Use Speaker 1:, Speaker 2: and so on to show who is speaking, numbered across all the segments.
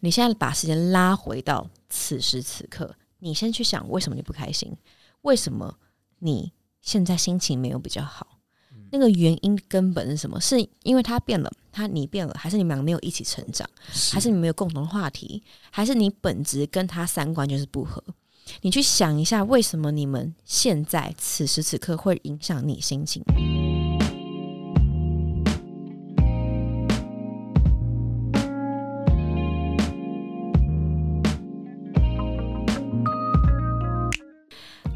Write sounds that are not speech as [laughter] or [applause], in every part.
Speaker 1: 你现在把时间拉回到此时此刻，你先去想为什么你不开心，为什么你现在心情没有比较好，那个原因根本是什么？是因为他变了，他你变了，还是你们两个没有一起成长，还是你们有共同的话题，还是你本质跟他三观就是不合？你去想一下，为什么你们现在此时此刻会影响你心情？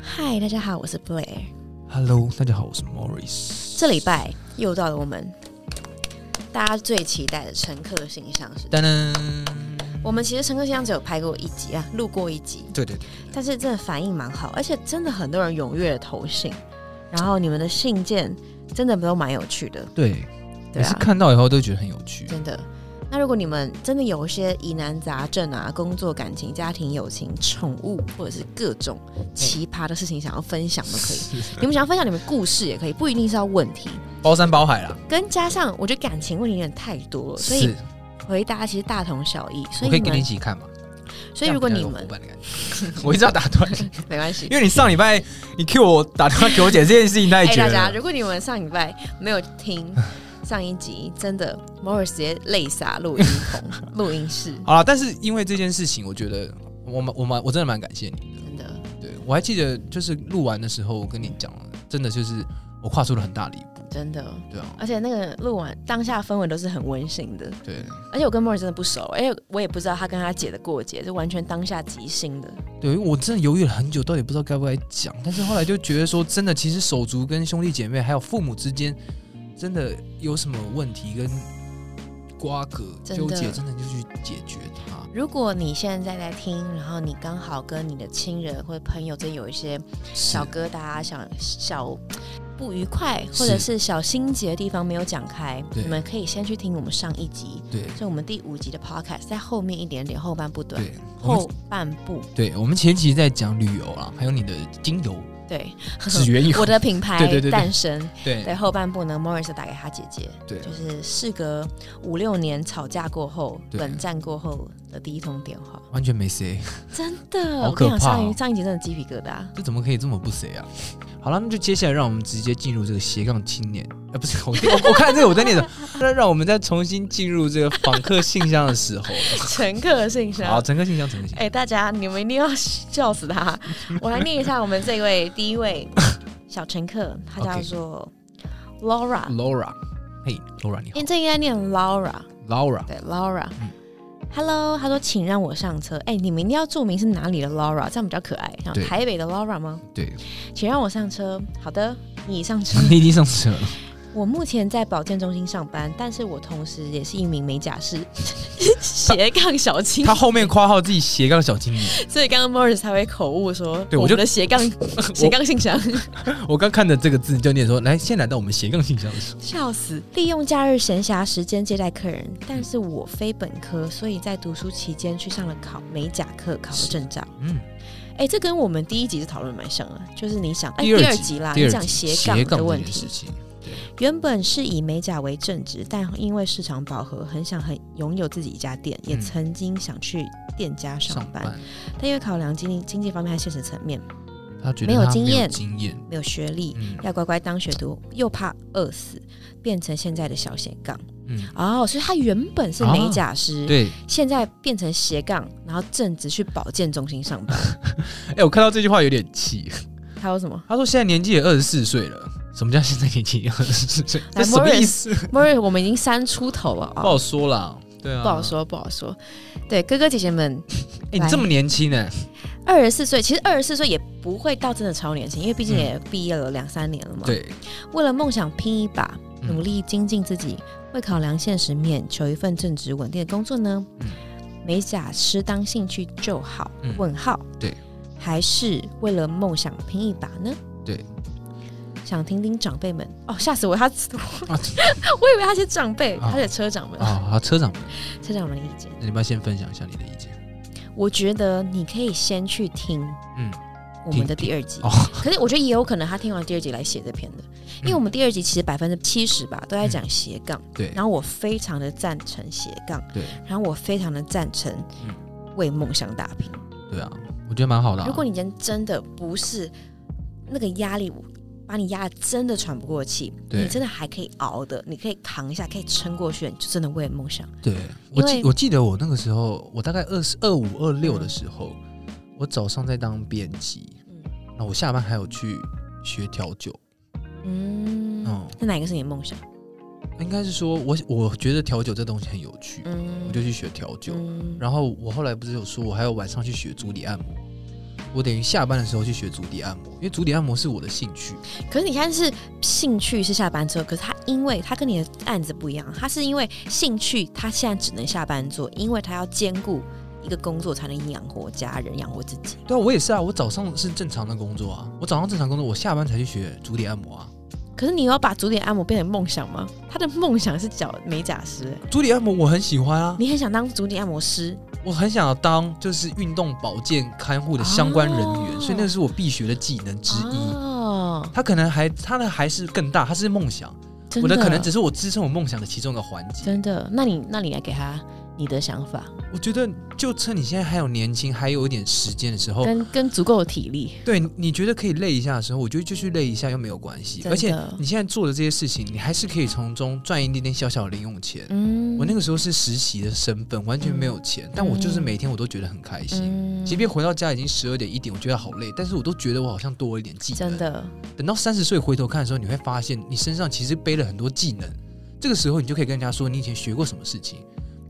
Speaker 1: 嗨，大家好，我是 Blair。
Speaker 2: Hello，大家好，我是 Morris。
Speaker 1: 这礼拜又到了我们大家最期待的乘客形象时间。
Speaker 2: 噔噔，
Speaker 1: 我们其实乘客形象只有拍过一集啊，录过一集，
Speaker 2: 对对对，
Speaker 1: 但是真的反应蛮好，而且真的很多人踊跃地投信，然后你们的信件真的都蛮有趣的，
Speaker 2: 对，
Speaker 1: 对
Speaker 2: 每次
Speaker 1: 啊，
Speaker 2: 看到以后都觉得很有趣。
Speaker 1: 真的。那如果你们真的有一些疑难杂症啊，工作、感情、家庭、友情、宠物，或者是各种奇葩的事情想要分享都可以。你们想要分享你们故事也可以，不一定是要问题。
Speaker 2: 包山包海啦，
Speaker 1: 跟加上，我觉得感情问题有点太多了，所以
Speaker 2: 是，
Speaker 1: 回答其实大同小异。所
Speaker 2: 我
Speaker 1: 以
Speaker 2: 可以
Speaker 1: 你
Speaker 2: 跟你一
Speaker 1: 们，
Speaker 2: 起看嘛。
Speaker 1: 所以如果
Speaker 2: 这
Speaker 1: 你
Speaker 2: 样比较有
Speaker 1: 们
Speaker 2: 伙伴的感觉我一直要打断
Speaker 1: [laughs]
Speaker 2: 你，
Speaker 1: 没关系
Speaker 2: 因，为你上礼拜 [laughs] 你 Q 我打电话给我姐这件事情太
Speaker 1: 哎，
Speaker 2: 绝
Speaker 1: 大家，
Speaker 2: 了。
Speaker 1: 如果你们上礼拜没有听上一集，真的 Morris 直接泪洒录音棚、录音室，
Speaker 2: 好了，但是因为这件事情，我觉得我蛮我蛮我真的蛮感谢你。
Speaker 1: 真的
Speaker 2: 对我还记得，就是录完的时候，我跟你讲，真的就是我跨出了很大的一步，
Speaker 1: 真的。
Speaker 2: 对啊，
Speaker 1: 而且那个录完当下氛围都是很温馨的，
Speaker 2: 对
Speaker 1: 而且我跟 Morris 真的不熟，而且我也不知道他跟他姐的过节，是完全当下即兴的。
Speaker 2: 对，因为我真的犹豫了很久，到底不知道该不该讲，但是后来就觉得说，真的，其实手足跟兄弟姐妹还有父母之间，真的有什么问题跟瓜葛
Speaker 1: 真的
Speaker 2: 纠结，真的就去解决它。
Speaker 1: 如果你现在在听，然后你刚好跟你的亲人或者朋友真有一些
Speaker 2: 是
Speaker 1: 小疙瘩、小小不愉快，或者是小心结的地方没有讲开，
Speaker 2: 对
Speaker 1: 你们可以先去听我们上一集，
Speaker 2: 对
Speaker 1: 就我们第五集的 podcast，在后面一点点后半部段，
Speaker 2: 对，我们
Speaker 1: 后半部
Speaker 2: 对我们前期在讲旅游啦，还有你的精
Speaker 1: [laughs]
Speaker 2: 油
Speaker 1: 对，
Speaker 2: 纸鸢油，
Speaker 1: 我的品牌
Speaker 2: 对对对对
Speaker 1: 诞生，
Speaker 2: 对
Speaker 1: 对后半部呢，Morris 打给他姐姐，
Speaker 2: 对
Speaker 1: 就是事隔五六年吵架过后，
Speaker 2: 对
Speaker 1: 冷战过后的第一通电话，
Speaker 2: 完全没 say，
Speaker 1: 真的，
Speaker 2: 好
Speaker 1: 我跟你
Speaker 2: 可
Speaker 1: 讲，
Speaker 2: 怕哦
Speaker 1: 上一上一集真的鸡皮疙
Speaker 2: [laughs]
Speaker 1: 瘩，
Speaker 2: 这怎么可以这么不 say 啊？好了，那就接下来让我们直接进入这个斜杠青年，呃，不是我我我看这个我在念的， [laughs] 那让我们再重新进入这个访客信箱的时候了。
Speaker 1: 乘客信箱，
Speaker 2: 好，整个信箱，整个信箱。
Speaker 1: 哎、大家，你们一定要笑死
Speaker 2: [laughs]
Speaker 1: 他！我来念一下我们这位第一位小乘客，他叫
Speaker 2: OK 嗯
Speaker 1: 做 Laura，
Speaker 2: Laura，嘿，Laura 你好
Speaker 1: 因为这应该念 Laura，
Speaker 2: ，Laura，
Speaker 1: 对 Laura
Speaker 2: 嗯。
Speaker 1: Hello，他说请让我上车。哎、你们一定要注明是哪里的 Laura，这样比较可爱。像
Speaker 2: 对
Speaker 1: 台北的 Laura 吗？
Speaker 2: 对，
Speaker 1: 请让我上车。好的，你上车。
Speaker 2: [laughs] 你已经上车了，
Speaker 1: [laughs] 我目前在保健中心上班，但是我同时也是一名美甲师， [laughs] 斜杠小青。
Speaker 2: 他后面括号自己斜杠小青年，
Speaker 1: 所以刚刚 Morris 才会口误说，
Speaker 2: 对
Speaker 1: 我
Speaker 2: 我就
Speaker 1: 们的斜杠斜杠信 [laughs] 箱。
Speaker 2: 我刚看的这个字就念说，来，先来到我们斜杠信箱的时候，
Speaker 1: 笑死！利用假日闲暇时间接待客人，但是我非本科，所以在读书期间去上了考美甲课，考了证照。
Speaker 2: 嗯，
Speaker 1: 哎、这跟我们第一集的讨论蛮像的，就是你想，哎、
Speaker 2: 第二集
Speaker 1: 集啦，
Speaker 2: 第
Speaker 1: 你
Speaker 2: 二
Speaker 1: 讲
Speaker 2: 集
Speaker 1: 杠
Speaker 2: 斜
Speaker 1: 的
Speaker 2: 杠
Speaker 1: 问
Speaker 2: 这件事
Speaker 1: 题。
Speaker 2: 情，
Speaker 1: 原本是以美甲为正职，但因为市场饱和，很想很拥有自己一家店，也
Speaker 2: 嗯
Speaker 1: 曾经想去店家上
Speaker 2: 上
Speaker 1: 班，但因为考量经济经济方面和现实层面，
Speaker 2: 他觉得
Speaker 1: 没有
Speaker 2: 他
Speaker 1: 经验
Speaker 2: 经验，
Speaker 1: 没有学历，
Speaker 2: 嗯
Speaker 1: 要乖乖当学徒，又怕饿死，变成现在的小斜杠。
Speaker 2: 嗯，
Speaker 1: 哦，所以他原本是美甲师，
Speaker 2: 啊对，
Speaker 1: 现在变成斜杠，然后正职去保健中心上班。
Speaker 2: 哎，我看到这句话有点气，
Speaker 1: 还有什么？
Speaker 2: 他说现在年纪也二十四岁了。什么叫现在年纪也二十
Speaker 1: [laughs]
Speaker 2: 四岁？
Speaker 1: 来
Speaker 2: 这什么
Speaker 1: Morris
Speaker 2: 意思？
Speaker 1: 不是，我们已经三出头了
Speaker 2: 不
Speaker 1: 啊、
Speaker 2: 好说啦，对啊，
Speaker 1: 不好。说，不好说。对，哥哥姐姐们，
Speaker 2: 哎，你这么年轻呢？
Speaker 1: 二十四岁，其实二十四岁也不会到真的超年轻，因为毕竟也毕业了两三年了嘛。，
Speaker 2: 嗯对，
Speaker 1: 为了梦想拼一把，
Speaker 2: 嗯
Speaker 1: 努力精进自己，会考量现实面，求一份正职稳定的工作呢？
Speaker 2: 嗯
Speaker 1: 美甲师当兴趣就好？
Speaker 2: 嗯
Speaker 1: 问号。
Speaker 2: 对，
Speaker 1: 还是为了梦想拼一把呢？
Speaker 2: 对，
Speaker 1: 想听听长辈们哦，吓死我！他 [laughs]
Speaker 2: [laughs] 啊
Speaker 1: 我以为他是长辈，
Speaker 2: 啊
Speaker 1: 他是车长们，
Speaker 2: 啊，好车长，
Speaker 1: 车长们的意见。
Speaker 2: 那你要不要先分享一下你的意见？
Speaker 1: 我觉得你可以先去听，
Speaker 2: 嗯
Speaker 1: 我们的第二集
Speaker 2: 哦。嗯
Speaker 1: 可是我觉得也有可能他听完第二集来写这篇的，因为我们第二集其实百分之七十吧都在讲斜杠，
Speaker 2: 对
Speaker 1: 然后我非常的赞成斜杠，
Speaker 2: 对，
Speaker 1: 然后我非常的赞成
Speaker 2: 嗯
Speaker 1: 为梦想打拼。
Speaker 2: 对啊，我觉得蛮好的啊、
Speaker 1: 如果你今天真的不是那个压力把你压得真的喘不过气，
Speaker 2: 对
Speaker 1: 你真的还可以熬的，你可以扛一下，可以撑过去，你就真的为了梦想。
Speaker 2: 对我
Speaker 1: 因
Speaker 2: 记
Speaker 1: 为
Speaker 2: 我记得我那个时候，我大概二十二五二六的时候，我早上在当编辑，
Speaker 1: 嗯
Speaker 2: 那我下班还有去学调酒，
Speaker 1: 嗯，
Speaker 2: 嗯，
Speaker 1: 那哪一个是你的梦想？
Speaker 2: 应该是说我我觉得调酒这东西很有趣，
Speaker 1: 嗯，
Speaker 2: 我就去学调酒。
Speaker 1: 嗯
Speaker 2: 然后我后来不是有说，我还有晚上去学足底按摩，我等于下班的时候去学足底按摩，因为足底按摩是我的兴趣。
Speaker 1: 可是你看是兴趣是下班之后，可是他因为他跟你的案子不一样，他是因为兴趣，他现在只能下班做，因为他要兼顾一个工作才能养活家人，养活自己。
Speaker 2: 对啊，我也是啊，我早上是正常的工作啊，我早上正常工作，我下班才去学足底按摩啊。
Speaker 1: 可是你有要把足底按摩变成梦想吗？他的梦想是脚美甲师、欸
Speaker 2: 足底按摩我很喜欢啊，
Speaker 1: 你很想当足底按摩师，
Speaker 2: 我很想要当就是运动保健看护的相关人员，
Speaker 1: 哦
Speaker 2: 所以那是我必学的技能之一。
Speaker 1: 哦，
Speaker 2: 它可能还，它的还是更大，它是梦想。
Speaker 1: 真
Speaker 2: 我的可能只是我支撑我梦想的其中一个环节。
Speaker 1: 真的。那你那你来给他你的想法，
Speaker 2: 我觉得，就趁你现在还有年轻，还有一点时间的时候，
Speaker 1: 跟跟足够的体力，
Speaker 2: 对，你觉得可以累一下的时候，我觉得就去累一下又没有关系。
Speaker 1: 真的
Speaker 2: 而且你现在做的这些事情，你还是可以从中赚一点点小小的零用钱。
Speaker 1: 嗯
Speaker 2: 我那个时候是实习的身份，完全没有钱，但我就是每天我都觉得很开心。
Speaker 1: 嗯
Speaker 2: 即便回到家已经十二点一点，我觉得好累，但是我都觉得我好像多了一点技能。
Speaker 1: 真，的，
Speaker 2: 等到三十岁回头看的时候，你会发现你身上其实背了很多技能。这个时候，你就可以跟人家说你以前学过什么事情，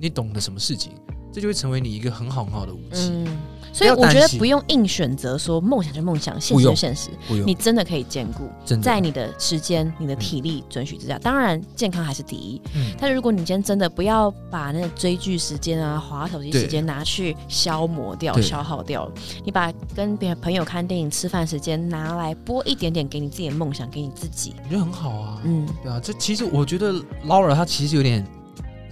Speaker 2: 你懂得什么事情，这就会成为你一个很好很好的武器。
Speaker 1: 嗯，所以
Speaker 2: 不要
Speaker 1: 我
Speaker 2: 担
Speaker 1: 觉得
Speaker 2: 心
Speaker 1: 不用硬选择说梦想就梦想，现
Speaker 2: 不
Speaker 1: 实
Speaker 2: 用
Speaker 1: 就现实，
Speaker 2: 不用嗯
Speaker 1: 你真的可以兼顾，
Speaker 2: 真的
Speaker 1: 在你的时间、你的体力准许之下，当然健康还是第一。
Speaker 2: 嗯
Speaker 1: 但是如果你今天真的不要把那个追剧时间啊、划手机时间拿去消磨掉、
Speaker 2: 对
Speaker 1: 消耗掉，你把跟别朋友看电影、吃饭时间拿来拨一点点给你自己的梦想，给你自己，
Speaker 2: 我觉得很好啊。
Speaker 1: 嗯
Speaker 2: 对啊，这其实我觉得 Laura 她其实有点，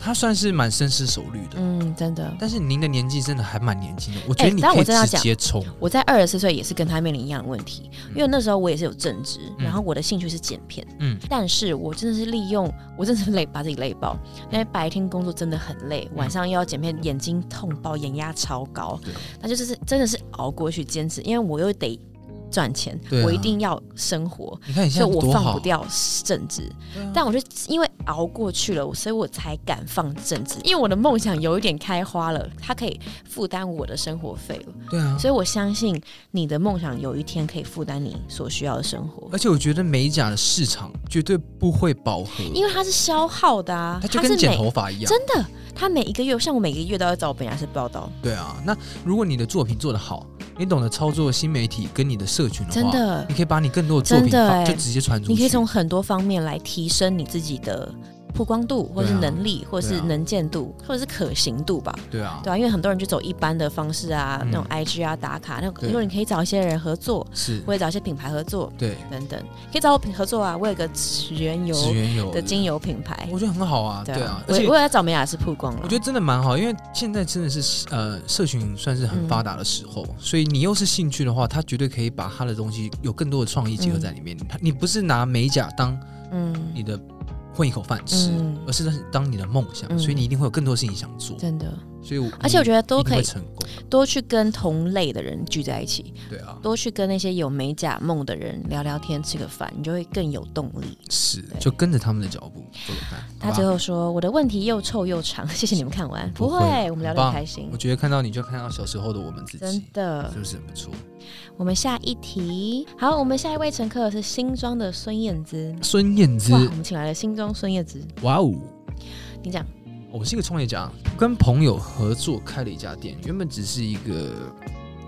Speaker 2: 她算是蛮深思熟虑的。
Speaker 1: 嗯，真的。
Speaker 2: 但是您的年纪真的还蛮年轻的，我觉
Speaker 1: 哎
Speaker 2: 得你
Speaker 1: 但
Speaker 2: 可以
Speaker 1: 我真的要
Speaker 2: 直
Speaker 1: 讲
Speaker 2: 接冲。
Speaker 1: 我在二十四岁也是跟他面临一样的问题，因为那时候我也是有正职，
Speaker 2: 嗯
Speaker 1: 然后我的兴趣是剪片，
Speaker 2: 嗯
Speaker 1: 但是我真的是利用，我真的是累，把自己累爆。因为白天工作真的很累，
Speaker 2: 嗯
Speaker 1: 晚上又要剪片，眼睛痛爆，眼压超高
Speaker 2: 对，啊
Speaker 1: 那就是真的是熬过去坚持，因为我又得赚钱，
Speaker 2: 对啊
Speaker 1: 我一定要生活，
Speaker 2: 你看你现
Speaker 1: 所以
Speaker 2: 在
Speaker 1: 我
Speaker 2: 多
Speaker 1: 放
Speaker 2: 好
Speaker 1: 不，掉正职。
Speaker 2: 对啊
Speaker 1: 但我就因为熬过去了，所以我才敢放正职，因为我的梦想有一点开花了，它可以负担我的生活费了，
Speaker 2: 对啊。
Speaker 1: 所以我相信你的梦想有一天可以负担你所需要的生活。
Speaker 2: 而且我觉得美甲的市场绝对不会饱和，
Speaker 1: 因为它是消耗的啊，
Speaker 2: 它就
Speaker 1: 是
Speaker 2: 跟
Speaker 1: 每
Speaker 2: 剪头发一样。
Speaker 1: 真的，他每一个月，像我每个月都要找我本牙师报道，
Speaker 2: 对啊，那如果你的作品做得好，你懂得操作新媒体跟你的社群的
Speaker 1: 真
Speaker 2: 话，
Speaker 1: 的，
Speaker 2: 你可以把你更多的作品
Speaker 1: 真的
Speaker 2: 放
Speaker 1: 哎
Speaker 2: 就直接传出去。
Speaker 1: 你可以从很多方面来提升你自己的曝光度，或者是
Speaker 2: 啊
Speaker 1: 能力，或者是能见度，或者是可行度吧。
Speaker 2: 对啊，
Speaker 1: 对啊，因为很多人就走一般的方式啊，
Speaker 2: 嗯
Speaker 1: 那种 IG 啊打卡，那种
Speaker 2: 对
Speaker 1: 如果你可以找一些人合作，
Speaker 2: 是，
Speaker 1: 或者找一些品牌合作
Speaker 2: 对，
Speaker 1: 等等，可以找我品合作啊。我有个植原油
Speaker 2: 职源有
Speaker 1: 的精油品牌，
Speaker 2: 我觉得很好啊啊，对啊，而
Speaker 1: 我
Speaker 2: 且
Speaker 1: 我也要找美雅师曝光了。啊
Speaker 2: 我觉得真的蛮好，因为现在真的是呃，社群算是
Speaker 1: 嗯
Speaker 2: 很发达的时候，所以你又是兴趣的话，他绝对可以把他的东西有更多的创意结合在里面。他你不是拿美甲当
Speaker 1: 嗯
Speaker 2: 你的混一口饭吃，
Speaker 1: 嗯
Speaker 2: 而是当你的梦想，
Speaker 1: 嗯
Speaker 2: 所以你一定会有更多的事情想做。
Speaker 1: 真的，
Speaker 2: 所以我，
Speaker 1: 而且我觉得
Speaker 2: 你
Speaker 1: 都
Speaker 2: 一定
Speaker 1: 可
Speaker 2: 会
Speaker 1: 以
Speaker 2: 成功。
Speaker 1: 多去跟同类的人聚在一起，
Speaker 2: 对啊，
Speaker 1: 多去跟那些有美甲梦的人聊聊天、吃个饭，你就会更有动力。
Speaker 2: 是
Speaker 1: 对
Speaker 2: 就跟着他们的脚步做做看。
Speaker 1: 他
Speaker 2: 好吧
Speaker 1: 最后说：“我的问题又臭又长， [laughs] 谢谢你们看完。”
Speaker 2: 不
Speaker 1: 不
Speaker 2: 会
Speaker 1: 会，我们聊得
Speaker 2: 很棒
Speaker 1: 很开心
Speaker 2: 我，觉得看到你就看到小时候的我们自
Speaker 1: 真
Speaker 2: 己，
Speaker 1: 的
Speaker 2: 是。不是很不错？
Speaker 1: 我们下一题，好，我们下一位乘客是新庄的孙燕姿。
Speaker 2: 孙燕姿
Speaker 1: 哇，，我们请来了新庄孙燕姿，
Speaker 2: 哇哦！
Speaker 1: 你讲，
Speaker 2: 我是一个创业家，跟朋友合作开了一家店，原本只是一个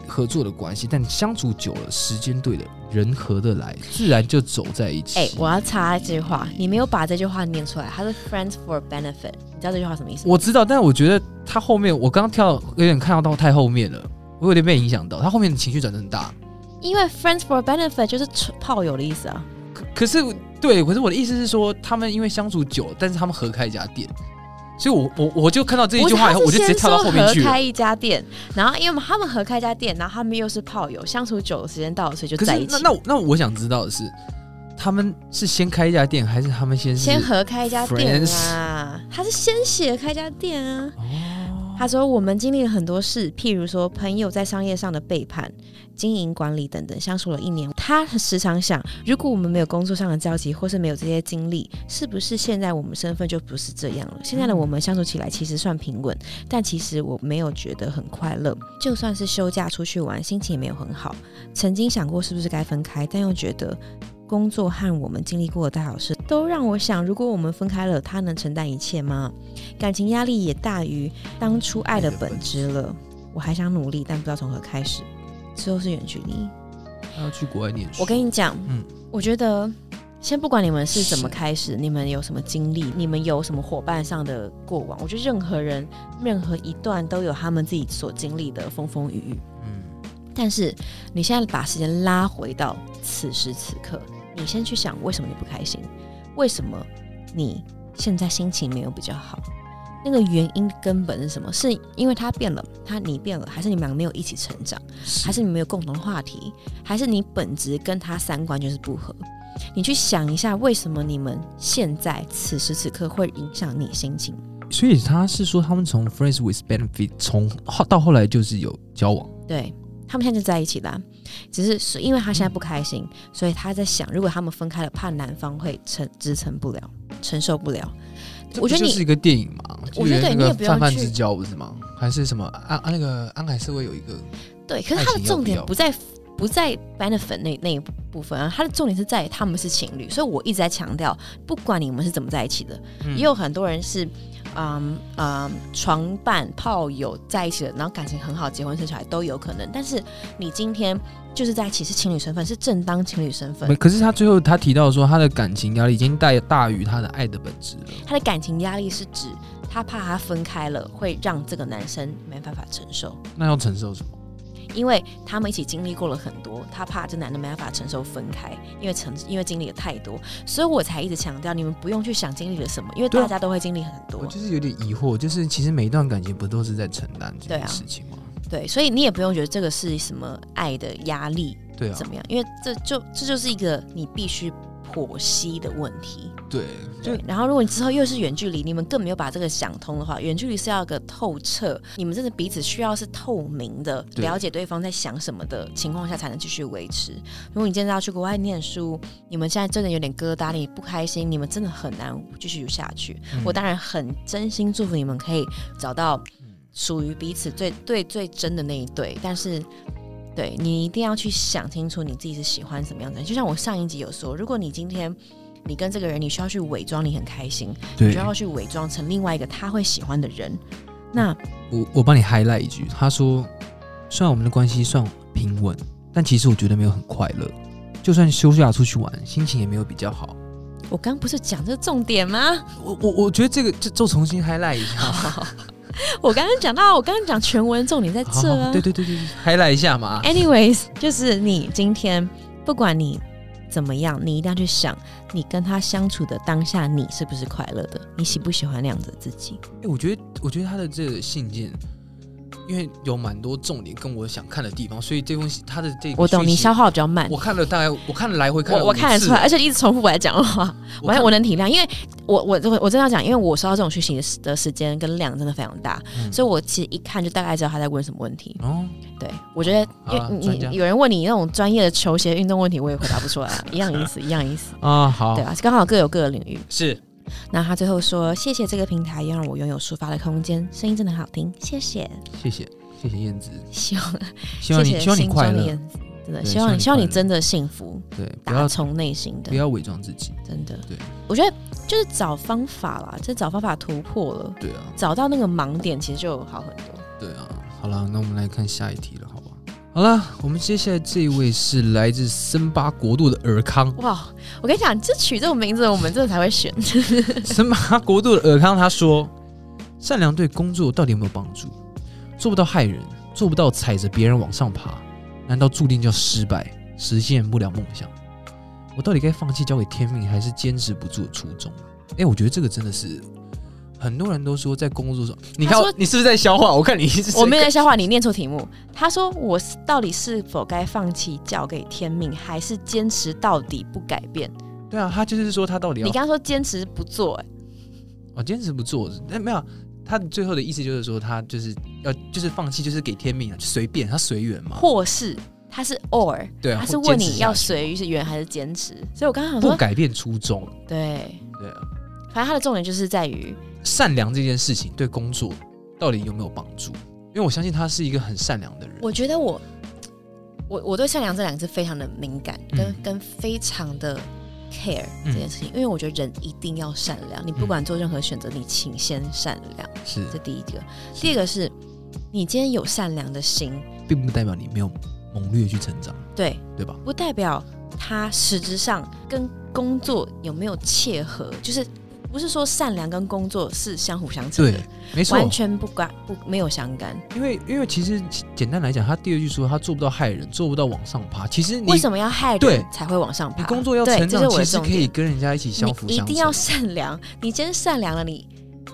Speaker 2: 合作的关系，但相处久了，时间对了，人合得来，自然就走在一起。
Speaker 1: 哎、我要插这句话，你没有把这句话念出来，它是 friends for benefit，你知道这句话什么意思吗？
Speaker 2: 我知道，但我觉得他后面，我刚刚跳有点看到太后面了，我有点被影响到，他后面的情绪转得很大。
Speaker 1: 因为 friends for benefit 就是纯炮友的意思啊。
Speaker 2: 可可是对，可是我的意思是说，他们因为相处久，但是他们合开一家店，所以我我我就看到这一
Speaker 1: 不
Speaker 2: 句
Speaker 1: 是
Speaker 2: 话以
Speaker 1: 他
Speaker 2: 后，
Speaker 1: 是
Speaker 2: 我就直接
Speaker 1: 先
Speaker 2: 跳到
Speaker 1: 说
Speaker 2: 后面去
Speaker 1: 合
Speaker 2: 了。
Speaker 1: 开一家店，然后因为他们合开一家店，然后他们又是炮友，相处久的时间到了，所以就
Speaker 2: 可
Speaker 1: 在
Speaker 2: 是
Speaker 1: 一起
Speaker 2: 那。那我那我想知道的是，他们是先开一家店，还是他们先是
Speaker 1: 先合开一家店
Speaker 2: friends
Speaker 1: 啊，他是先写开一家店啊。
Speaker 2: 哦
Speaker 1: 他说：“我们经历了很多事，譬如说朋友在商业上的背叛、经营管理等等，相处了一年。他时常想，如果我们没有工作上的交集，或是没有这些经历，是不是现在我们身份就不是这样了？现在的我们相处起来其实算平稳，但其实我没有觉得很快乐。就算是休假出去玩，心情也没有很好。曾经想过是不是该分开，但又觉得。”工作和我们经历过的大小事，都让我想，如果我们分开了，他能承担一切吗？感情压力也大于当初爱的本质了。我还想努力，但不知道从何开始。最后是远距离。
Speaker 2: 他要去国外念书。
Speaker 1: 我跟你讲，
Speaker 2: 嗯
Speaker 1: 我觉得先不管你们是怎么开始，你们有什么经历，你们有什么伙伴上的过往，我觉得任何人任何一段都有他们自己所经历的风风雨雨。
Speaker 2: 嗯，
Speaker 1: 但是你现在把时间拉回到此时此刻，你先去想为什么你不开心，为什么你现在心情没有比较好，那个原因根本是什么？是因为他变了，他你变了，还是你们两个没有一起成长，还是你们没有共同的话题，还是你本质跟他三观就是不合？你去想一下，为什么你们现在此时此刻会影响你心情？
Speaker 2: 所以他是说他们从 friends with benefit 从后到后来就是有交往。
Speaker 1: 对他们现在就在一起啦，只是是因为他现在不开心，所以他在想，如果他们分开了，怕男方会承支撑不了，承受不了。
Speaker 2: 这
Speaker 1: 我觉
Speaker 2: 不
Speaker 1: 得
Speaker 2: 就
Speaker 1: 你
Speaker 2: 是一个电影嘛，
Speaker 1: 我觉得
Speaker 2: 就有
Speaker 1: 你也
Speaker 2: 那
Speaker 1: 不
Speaker 2: 个
Speaker 1: 用
Speaker 2: 泛泛
Speaker 1: 去
Speaker 2: 之交不是吗？还是什么安安、那个安海社会有一个
Speaker 1: 对，可是他的重点不在不在 benefit 那那一部分啊，他的重点是在他们是情侣，所以我一直在强调，不管你们是怎么在一起的，也有很多人是。嗯嗯，床伴、炮友在一起了，然后感情很好，结婚生小孩都有可能。但是你今天就是在一起是情侣身份，是正当情侣身份
Speaker 2: 没，，可是他最后他提到说，他的感情压力已经大大于他的爱的本质了。
Speaker 1: 他的感情压力是指他怕他分开了会让这个男生没办法承受，
Speaker 2: 那要承受什么？
Speaker 1: 因为他们一起经历过了很多，他怕这男的没办法承受分开，因为承因为经历了太多，所以我才一直强调你们不用去想经历了什么，因为
Speaker 2: 对啊
Speaker 1: 大家都会经历很多
Speaker 2: 我，就是有点疑惑，就是其实每一段感情不都是在承担这
Speaker 1: 对啊
Speaker 2: 件事情吗？
Speaker 1: 对，所以你也不用觉得这个是什么爱的压力
Speaker 2: 对啊
Speaker 1: 怎，么样，因为这就这就是一个你必须剖析的问题。
Speaker 2: 对，就
Speaker 1: 对，然后如果你之后又是远距离，你们更没有把这个想通的话，远距离是要有个透彻，你们真的彼此需要是透明的，
Speaker 2: 对
Speaker 1: 了解对方在想什么的情况下才能继续维持。如果你真的要去国外念书，你们现在真的有点疙瘩，你不开心，你们真的很难继续下去。
Speaker 2: 嗯
Speaker 1: 我当然很真心祝福你们可以找到
Speaker 2: 嗯
Speaker 1: 属于彼此最最最真的那一对，但是。对你一定要去想清楚你自己是喜欢什么样的人。就像我上一集有说，如果你今天你跟这个人，你需要去伪装你很开心，你
Speaker 2: 对
Speaker 1: 需，要去伪装成另外一个他会喜欢的人。那
Speaker 2: 我我帮你 highlight 一句，他说，虽然我们的关系算平稳，但其实我觉得没有很快乐。就算休假出去玩，心情也没有比较好。
Speaker 1: 我刚不是讲这重点
Speaker 2: [laughs]
Speaker 1: 吗？
Speaker 2: 我我我觉得这个就就重新 highlight 一下，
Speaker 1: 我刚刚讲到，我刚刚讲全文重点在
Speaker 2: 好
Speaker 1: 这啊。
Speaker 2: 好哦对对对对对，highlight 一下嘛。
Speaker 1: Anyways，就是你今天不管你怎么样，你一定要去想，你跟他相处的当下，你是不是快乐的？你喜不喜欢那样子的自己？
Speaker 2: 哎、我觉得，我觉得他的这个信件，因为有蛮多重点跟我想看的地方，所以这封信他的这个
Speaker 1: 我懂
Speaker 2: 讯
Speaker 1: 你
Speaker 2: 息
Speaker 1: 消化比较慢，
Speaker 2: 我看了大概，我看了来回看了
Speaker 1: 我我
Speaker 2: 五
Speaker 1: 看得
Speaker 2: 次
Speaker 1: 出来，，而且你一直重复我在讲的话，我
Speaker 2: 看
Speaker 1: 我能体谅，因为我我我我真的要讲，因为我收到这种讯息的时的时间跟量真的非常大，
Speaker 2: 嗯
Speaker 1: 所以我其实一看就大概知道他在问什么问题。
Speaker 2: 哦，
Speaker 1: 对我觉得，
Speaker 2: 好
Speaker 1: 因
Speaker 2: 啊
Speaker 1: 为
Speaker 2: 专家
Speaker 1: 你有人问你那种专业的球鞋运动问题，我也回答不出来啊，一样意思，一样意思，
Speaker 2: 啊，好，
Speaker 1: 对啊，刚好各有各的领域。
Speaker 2: 是
Speaker 1: 那他最后说：“谢谢这个平台，也让我拥有抒发的空间，声音真的很好听，谢谢。
Speaker 2: 谢谢谢谢燕子，
Speaker 1: 希望
Speaker 2: 希望你
Speaker 1: 谢谢
Speaker 2: 希望你
Speaker 1: 心中
Speaker 2: 快
Speaker 1: 的
Speaker 2: 乐，
Speaker 1: 燕子真的
Speaker 2: 对
Speaker 1: 希望你希
Speaker 2: 希
Speaker 1: 望
Speaker 2: 望
Speaker 1: 你
Speaker 2: 你快乐
Speaker 1: 真的幸福，
Speaker 2: 对，不
Speaker 1: 打
Speaker 2: 要
Speaker 1: 从内心的
Speaker 2: 不，要伪装自己，
Speaker 1: 真的。
Speaker 2: 对，
Speaker 1: 我觉得就是找方法啦，这找方法突破了，
Speaker 2: 对啊
Speaker 1: 找到那个盲点，其实就好很多。
Speaker 2: 对啊，好了，那我们来看下一题了，好吧？好了，我们接下来这一位是来自森巴国度的尔康，
Speaker 1: 哇，我跟你讲，这取这种名字，我们真的才会选。 [laughs]
Speaker 2: 森巴国度的尔康他说：“善良对工作到底有没有帮助？做不到害人，做不到踩着别人往上爬，难道注定叫失败，实现不了梦想？我到底该放弃交给天命，还是坚持不住的初衷？”哎、我觉得这个真的是很多人都说在工作上，你
Speaker 1: 他
Speaker 2: 看
Speaker 1: 说
Speaker 2: 你是不是在消化？我看你是
Speaker 1: 我没有在消化你念错题目。他说我是到底是否该放弃交给天命，还是坚持到底不改变？
Speaker 2: 对啊，他就是说他到底要
Speaker 1: 你刚刚说坚持不做、哎
Speaker 2: 哦坚持不做，那没有他最后的意思就是说他就是要就是放弃，就是给天命了，就随便他随缘嘛，
Speaker 1: 或是他是 or，
Speaker 2: 对啊，
Speaker 1: 他
Speaker 2: 或
Speaker 1: 是问
Speaker 2: 坚持
Speaker 1: 你要
Speaker 2: 下去
Speaker 1: 随缘还是坚持？所以我刚刚想
Speaker 2: 不
Speaker 1: 说，
Speaker 2: 改变初衷，
Speaker 1: 对，
Speaker 2: 对啊，
Speaker 1: 反正他的重点就是在于
Speaker 2: 善良这件事情对工作到底有没有帮助？因为我相信他是一个很善良的人，
Speaker 1: 我觉得我，我我对善良这两个字非常的敏感，跟、
Speaker 2: 嗯
Speaker 1: 跟非常的 care 这
Speaker 2: 嗯
Speaker 1: 件事情，因为我觉得人一定要善良，你不管做任何选择，你请先善良，
Speaker 2: 是
Speaker 1: 这第一个。第二个是，你今天有善良的心，
Speaker 2: 并不代表你没有猛烈地去成长，
Speaker 1: 对，
Speaker 2: 对吧？
Speaker 1: 不代表他实质上跟工作有没有切合，就是不是说善良跟工作是相互相成的
Speaker 2: 对，，没错，
Speaker 1: 完全不关不没有相干。
Speaker 2: 因为因为其实简单来讲，他第二句说他做不到害人，做不到往上爬。其实你
Speaker 1: 为什么要害
Speaker 2: 对
Speaker 1: 人才会往上爬？
Speaker 2: 你工作要
Speaker 1: 对
Speaker 2: 成
Speaker 1: 这是
Speaker 2: 长，
Speaker 1: 我
Speaker 2: 其
Speaker 1: 的
Speaker 2: 实
Speaker 1: 重
Speaker 2: 可
Speaker 1: 点
Speaker 2: 以跟人家一起相扶
Speaker 1: 你一
Speaker 2: 相
Speaker 1: 定要
Speaker 2: 成。
Speaker 1: 善良，你今天善良了你，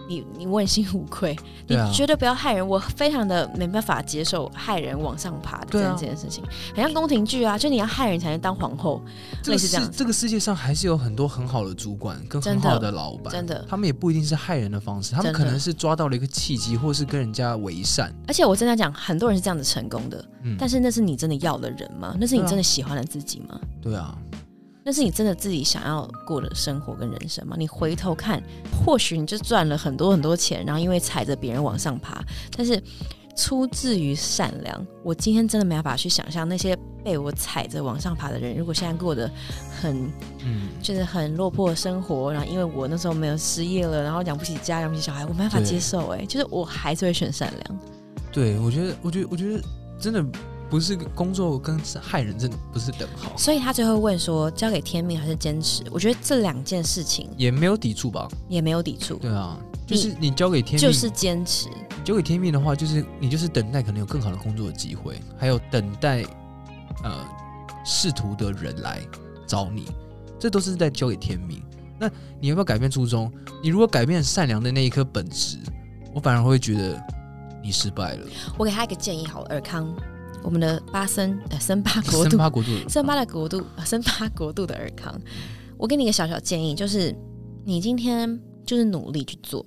Speaker 1: 你你问心无愧，
Speaker 2: 对啊
Speaker 1: 你绝对不要害人。我非常的没办法接受害人往上爬的这
Speaker 2: 对
Speaker 1: 件
Speaker 2: 啊
Speaker 1: 这件事情，很像宫廷剧啊，就你要害人才能当皇后，
Speaker 2: 这
Speaker 1: 类
Speaker 2: 个
Speaker 1: 似这
Speaker 2: 世
Speaker 1: 样
Speaker 2: 这个世界上还是有很多很好的主管跟
Speaker 1: 真
Speaker 2: 很
Speaker 1: 的
Speaker 2: 好的老板，
Speaker 1: 真的。
Speaker 2: 他们也不一定是害人的方式，他们
Speaker 1: 真的
Speaker 2: 可能是抓到了一个契机，或是跟人家为善。
Speaker 1: 而且我真的讲，很多人是这样子成功的，
Speaker 2: 嗯，
Speaker 1: 但是那是你真的要的人吗？那是你
Speaker 2: 对啊
Speaker 1: 真的喜欢的自己吗？
Speaker 2: 对啊，
Speaker 1: 那是你真的自己想要过的生活跟人生吗？你回头看，或许你就赚了很多很多钱，然后因为踩着别人往上爬，但是出自于善良。我今天真的没办法去想象那些被我踩着往上爬的人，如果现在过得很
Speaker 2: 嗯，
Speaker 1: 就是很落魄的生活，然后因为我那时候没有失业了，然后养不起家，养不起小孩，我没办法
Speaker 2: 对
Speaker 1: 接受、哎，就是我还是会选善良。
Speaker 2: 对，我觉得，我觉得，我觉得真的不是工作跟害人真的不是等号，
Speaker 1: 所以他最后问说，交给天命还是坚持？我觉得这两件事情
Speaker 2: 也没有抵触吧？
Speaker 1: 也没有抵触，
Speaker 2: 对啊，就是你交给天命，
Speaker 1: 就是坚持。
Speaker 2: 交给天命的话，就是你就是等待可能有更好的工作的机会，还有等待呃仕途的人来找你，这都是在交给天命。那你要不要改变初衷？你如果改变善良的那一颗本质，我反而会觉得你失败了。
Speaker 1: 我给他一个建议好了，尔康，我们的巴森呃森巴国
Speaker 2: 森
Speaker 1: 度，
Speaker 2: 巴国度，
Speaker 1: 森巴的国度，呃森巴国度的尔康，我给你一个小小建议，就是你今天就是努力去做，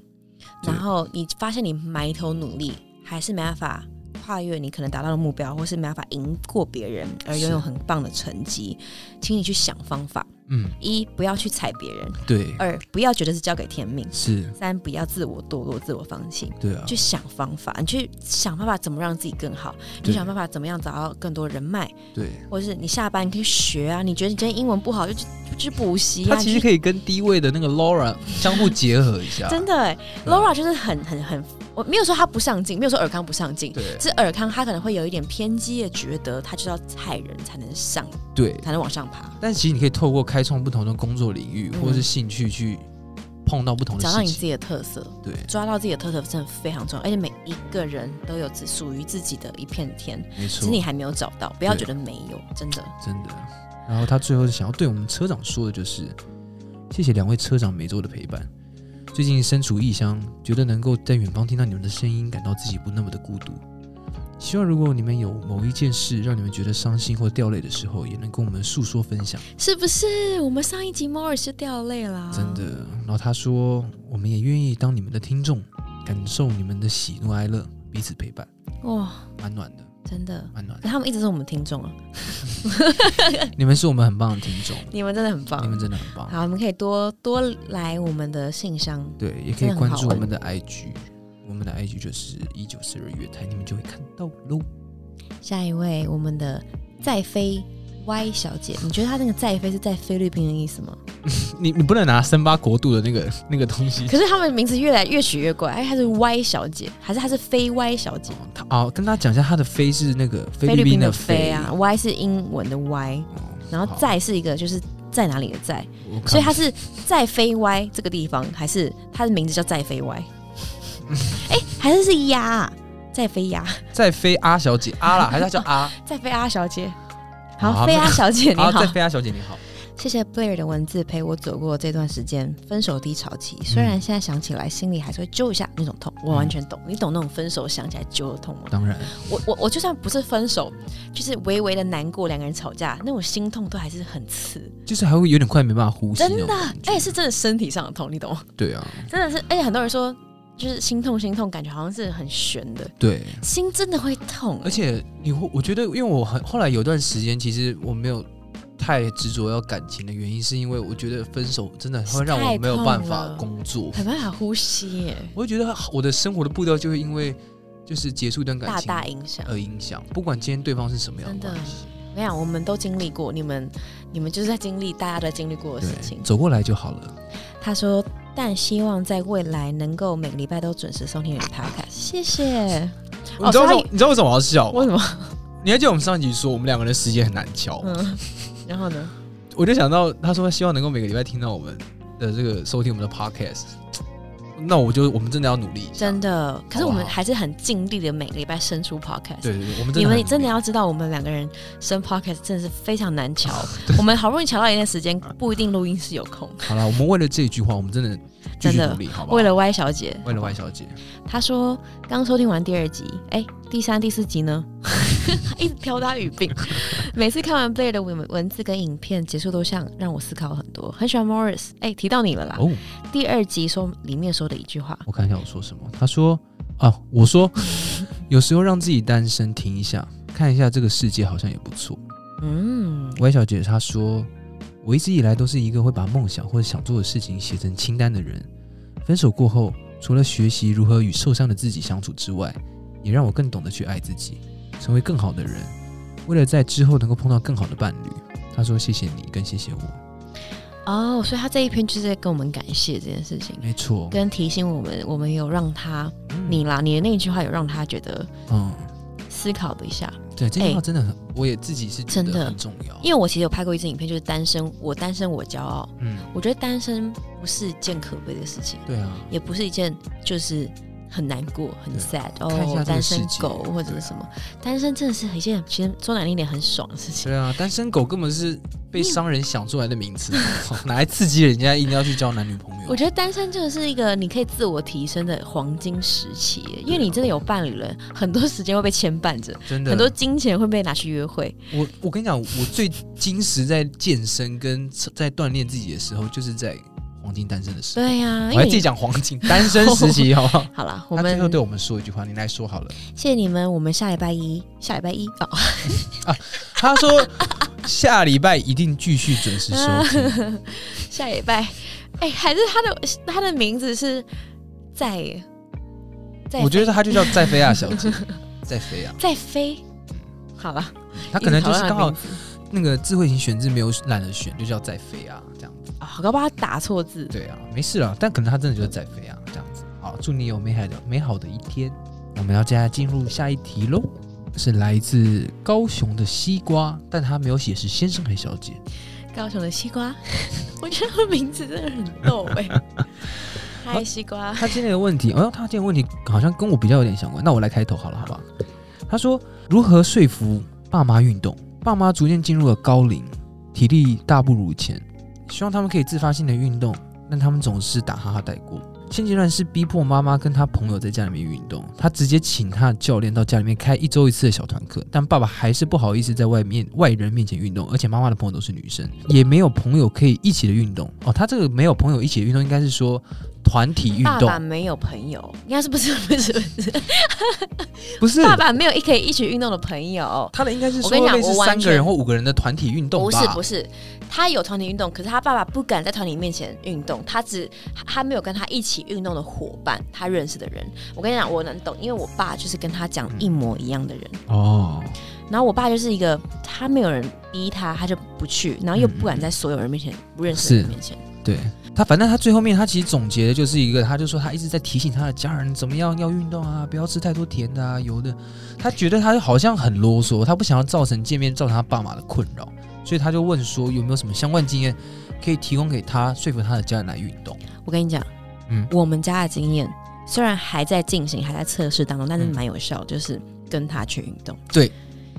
Speaker 2: 对
Speaker 1: 然后你发现你埋头努力还是没办法跨越你可能达到的目标，或是没办法赢过别人而拥有
Speaker 2: 是
Speaker 1: 很棒的成绩，请你去想方法：
Speaker 2: 嗯，
Speaker 1: 一不要去踩别人，
Speaker 2: 对，
Speaker 1: 二不要觉得是交给天命，
Speaker 2: 是，
Speaker 1: 三不要自我堕落、自我放弃。
Speaker 2: 对啊，
Speaker 1: 去想方法，你去想办法怎么让自己更好，你
Speaker 2: 对
Speaker 1: 想办法怎么样找到更多人脉，
Speaker 2: 对。
Speaker 1: 或者是你下班你可以学啊。你觉得你今天英文不好，就去就去补习
Speaker 2: 他
Speaker 1: 啊。
Speaker 2: 其实
Speaker 1: 你去
Speaker 2: 可以跟低位的那个 Laura 相互结合一下，
Speaker 1: 真的哎、
Speaker 2: 对
Speaker 1: l
Speaker 2: 啊
Speaker 1: a u r a 就是很很很，我没有说他不上进，没有说尔康不上进，
Speaker 2: 对
Speaker 1: 只是尔康他可能会有一点偏激的，觉得他就要害人才能上，
Speaker 2: 对。
Speaker 1: 才能往上爬，
Speaker 2: 但其实你可以透过开创不同的工作领域、
Speaker 1: 嗯
Speaker 2: 或者是兴趣去碰到不同的
Speaker 1: 找到
Speaker 2: 事
Speaker 1: 你自
Speaker 2: 情，
Speaker 1: 己的特色。
Speaker 2: 对，
Speaker 1: 抓到自己的特色真的非常重要，而且每一个人都有只属于自己的一片天，
Speaker 2: 没
Speaker 1: 只
Speaker 2: 错
Speaker 1: 是，你还没有找到，不要
Speaker 2: 对
Speaker 1: 觉得没有，真的。
Speaker 2: 真的。然后他最后想要对我们车长说的就是，谢谢两位车长每周的陪伴。最近身处异乡，觉得能够在远方听到你们的声音，感到自己不那么的孤独。希望如果你们有某一件事让你们觉得伤心或掉泪的时候，也能跟我们诉说分享。
Speaker 1: 是不是？我们上一集猫儿是掉泪啦，
Speaker 2: 真的。然后他说，我们也愿意当你们的听众，感受你们的喜怒哀乐，彼此陪伴，
Speaker 1: 哇，
Speaker 2: 蛮暖的，
Speaker 1: 真的。
Speaker 2: 蛮暖的。
Speaker 1: 他们一直是我们听众啊，
Speaker 2: 你们是我们很棒的听众，
Speaker 1: 你们真的很哎棒
Speaker 2: 你。们真的很棒。
Speaker 1: 好，我们可以多多来我们的信箱。
Speaker 2: 对，也可
Speaker 1: 真
Speaker 2: 以
Speaker 1: 的很
Speaker 2: 关
Speaker 1: 好
Speaker 2: 注我
Speaker 1: 玩
Speaker 2: 们的 IG，我们的 IG 就是一九四二月台，你们就会看到喽。
Speaker 1: 下一位，我们的在飞 Y 小姐，你觉得她那个在飞是在菲律宾的意思吗？
Speaker 2: 你你不能拿森巴国度的那个那个东西
Speaker 1: 可是他们名字越来越取越怪，哎，她是 Y 小姐，还是她是飞 Y 小姐？
Speaker 2: 哦他哦，跟大家讲一下，他的飞是那个菲
Speaker 1: 律
Speaker 2: 律宾
Speaker 1: 的
Speaker 2: 飞
Speaker 1: 飞啊。，Y 是英文的 Y，
Speaker 2: 哦
Speaker 1: 然后，在是一个就是在哪里的在，
Speaker 2: 好我看
Speaker 1: 所以他是在飞歪这个地方，还是他的名字叫在飞 [laughs] 歪？哎、还是是鸭啊在飞 [laughs] 鸭，
Speaker 2: 在飞阿小姐阿啦，还是他叫阿？
Speaker 1: 在飞阿小姐。好，[laughs]
Speaker 2: 好
Speaker 1: 飞阿小姐你
Speaker 2: 啊，
Speaker 1: 好
Speaker 2: [laughs] 在，飞阿小姐你好。
Speaker 1: 谢谢 Blair 的文字陪我走过这段时间分手低潮
Speaker 2: 嗯
Speaker 1: 期，虽然现在想起来心里还是会揪一下那种痛，我完全懂。你懂那种分手想起来揪的痛吗？
Speaker 2: 当然，
Speaker 1: 我我我就算不是分手，就是微微的难过，两个人吵架那种心痛都还是很刺，
Speaker 2: 就是还会有点快没办法呼吸那
Speaker 1: 真
Speaker 2: 种
Speaker 1: 的
Speaker 2: 感，觉。
Speaker 1: 哎、是真的身体上的痛，你懂吗？
Speaker 2: 对啊，
Speaker 1: 真的是，而且很多人说就是心痛心痛，感觉好像是很悬的，
Speaker 2: 对。
Speaker 1: 心真的会痛、
Speaker 2: 而且你会，我觉得，因为我很后来有段时间，其实我没有太执着要感情的原因，是因为我觉得分手真的会让我没有
Speaker 1: 太
Speaker 2: 办
Speaker 1: 痛
Speaker 2: 法
Speaker 1: 了
Speaker 2: 工作，
Speaker 1: 很没办法呼吸耶，
Speaker 2: 我会觉得我的生活的步调就会因为就是结束一段感
Speaker 1: 大
Speaker 2: 情呃
Speaker 1: 大影响。
Speaker 2: 而影响，不管今天对方是什么样
Speaker 1: 真的
Speaker 2: 关系，
Speaker 1: 我跟你讲，我们都经历过，你们你们就是在经历大家都经历过的事情
Speaker 2: 对，。走过来就好了。
Speaker 1: 他说，但希望在未来能够每个礼拜都准时收听你的 podcast。谢谢。哦
Speaker 2: 你知道
Speaker 1: 所
Speaker 2: 为什
Speaker 1: 以
Speaker 2: 么？你知道为什么我要笑吗？
Speaker 1: 为什么？
Speaker 2: 你还记得我们上一集说我们两个人时间很难敲，
Speaker 1: 嗯。然后
Speaker 2: [laughs]
Speaker 1: 呢？
Speaker 2: 我就想到他说希望能够每个礼拜听到我们的这个收听我们的 podcast，那我就我们真的要努力一下。
Speaker 1: 真的，可是我
Speaker 2: 好
Speaker 1: 们
Speaker 2: 不好
Speaker 1: 还是很尽力的，每个礼拜生出 podcast。
Speaker 2: 对对对，我们真的
Speaker 1: 你
Speaker 2: 很努
Speaker 1: 们
Speaker 2: 力
Speaker 1: 真的要知道，我们两个人生 podcast 真的是非常难
Speaker 2: [laughs]
Speaker 1: 瞧。我们好不容易瞧到一段时间，不一定录音室有空。
Speaker 2: 好了，我们为了这一句话，我们真的继
Speaker 1: 真
Speaker 2: 续
Speaker 1: 的
Speaker 2: 努力，好不好？
Speaker 1: 为了 Y 小姐，
Speaker 2: 为了 Y 小姐，
Speaker 1: 她说刚收听完第二集，哎、第三、第四集呢？ [laughs] 一直挑她语
Speaker 2: [laughs]
Speaker 1: 病。每次看完 Blair 的文文字跟影片，结束都像让我思考很多。很喜欢 Morris，哎、提到你了啦。
Speaker 2: 哦，
Speaker 1: 第二集说里面说的一句话，
Speaker 2: 我看一下我说什么。他说啊，我说 [laughs] 有时候让自己单身停一下，看一下这个世界好像也不错。
Speaker 1: 嗯，
Speaker 2: Y 小姐她说，我一直以来都是一个会把梦想或者想做的事情写成清单的人。分手过后，除了学习如何与受伤的自己相处之外，也让我更懂得去爱自己，成为更好的人。为了在之后能够碰到更好的伴侣，她说谢谢你，更谢谢我。
Speaker 1: 哦，所以他这一篇就是在跟我们感谢这件事情，
Speaker 2: 没错，
Speaker 1: 跟提醒我们，我们有让他
Speaker 2: 嗯
Speaker 1: 你啦，你的那一句话有让他觉得
Speaker 2: 嗯，
Speaker 1: 思考了一下。
Speaker 2: 对，这句话
Speaker 1: 哎
Speaker 2: 真的很，我也自己是觉
Speaker 1: 真的
Speaker 2: 得很重要。
Speaker 1: 因为我其实有拍过一支影片，就是单身，我单身我骄傲。
Speaker 2: 嗯，
Speaker 1: 我觉得单身不是一件可悲的事情。
Speaker 2: 对啊，
Speaker 1: 也不是一件就是很难过、很
Speaker 2: 对啊
Speaker 1: sad
Speaker 2: 看一下这
Speaker 1: 哦，
Speaker 2: 个
Speaker 1: 单
Speaker 2: 世
Speaker 1: 身
Speaker 2: 界
Speaker 1: 狗或者
Speaker 2: 对
Speaker 1: 是
Speaker 2: 啊
Speaker 1: 什么，单身真的是一件其实说难听一点很爽的事情。
Speaker 2: 对啊，单身狗根本是被商人想出来的名词， [laughs] 拿来刺激人家一定要去交男女朋友。
Speaker 1: 我觉得单身真的是一个你可以自我提升的黄金时期，因为
Speaker 2: 啊
Speaker 1: 你真的有伴侣了，很多时间会被牵绊着，
Speaker 2: 真的
Speaker 1: 很多金钱会被拿去约会。
Speaker 2: 我我跟你讲，我最坚持在健身跟在锻炼自己的时候，就是在黄金单身的时候。
Speaker 1: 对呀、
Speaker 2: 我
Speaker 1: 因为
Speaker 2: 还自己
Speaker 1: 你
Speaker 2: 讲黄金 [laughs] 单身时期，好不好？
Speaker 1: 好 [laughs] 啦，我
Speaker 2: 他最后
Speaker 1: 们
Speaker 2: 对我们说一句话，你来说好了。
Speaker 1: 谢谢你们，我们下礼拜一，下礼拜一哦，
Speaker 2: 他
Speaker 1: [laughs]
Speaker 2: 说下礼拜一定继续准时收
Speaker 1: [laughs]
Speaker 2: 听。
Speaker 1: 下礼拜，哎、还是他的他的名字是在耶在
Speaker 2: 我觉得他就叫在菲亚小姐，在
Speaker 1: [laughs]
Speaker 2: 菲亚，
Speaker 1: 在飞。好了，
Speaker 2: 他可能就是
Speaker 1: 一直讨
Speaker 2: 刚好
Speaker 1: 论他的名字
Speaker 2: 那个智慧型选字没有懒得选，就叫在菲亚这样子。
Speaker 1: 啊，搞不好他打错字。
Speaker 2: 对啊，没事啊，但可能他真的就是在菲亚这样子。好，祝你有美好的美好的一天。我们要接下来进入下一题喽，是来自高雄的西瓜，但他没有写是先生还是小姐。
Speaker 1: 高雄的西瓜， [laughs] 我觉得他名字真的很逗哎、 [laughs] 嗨，西瓜，
Speaker 2: 他今天的问题，哦，他今天的问题好像跟我比较有点相关，那我来开头好了，好不好？他说如何说服爸妈运动？爸妈逐渐进入了高龄，体力大不如前，希望他们可以自发性的运动，但他们总是打哈哈带过。现阶段是逼迫妈妈跟他朋友在家里面运动，他直接请他的教练到家里面开一周一次的小团课，但爸爸还是不好意思在外面外人面前运动，而且妈妈的朋友都是女生，也没有朋友可以一起的运动。哦，他这个没有朋友一起的运动，应该是说团体运
Speaker 1: 爸
Speaker 2: 动
Speaker 1: 爸，没有朋友，应该是不是不是不是，
Speaker 2: 不是
Speaker 1: 爸爸没有一可以一起运动的朋友。
Speaker 2: 他的应该是
Speaker 1: 我
Speaker 2: 说
Speaker 1: 跟你讲
Speaker 2: 类似
Speaker 1: 我完
Speaker 2: 三个
Speaker 1: 全
Speaker 2: 人或五个人的团体运动吧？
Speaker 1: 不是不是，他有团体运动，可是他爸爸不敢在团体面前运动，他只他他没有跟他一起运动的伙伴，他认识的人。我跟你讲，我能懂，因为我爸就是跟他讲一模一样的人。
Speaker 2: 哦，
Speaker 1: 然后我爸就是一个他没有人逼他，他就不去，然后又不敢在所有人面前、不认识的人
Speaker 2: 嗯是
Speaker 1: 面前。
Speaker 2: 对他，反正他最后面他其实总结的就是一个，他就说他一直在提醒他的家人怎么样要运动啊，不要吃太多甜的啊、油的。他觉得他好像很啰嗦，他不想要造成见面造成他爸妈的困扰，所以他就问说有没有什么相关经验可以提供给他，说服他的家人来运动。
Speaker 1: 我跟你讲，
Speaker 2: 嗯
Speaker 1: 我们家的经验虽然还在进行，还在测试当中，但是蛮有效，就是跟他去运动。
Speaker 2: 嗯对，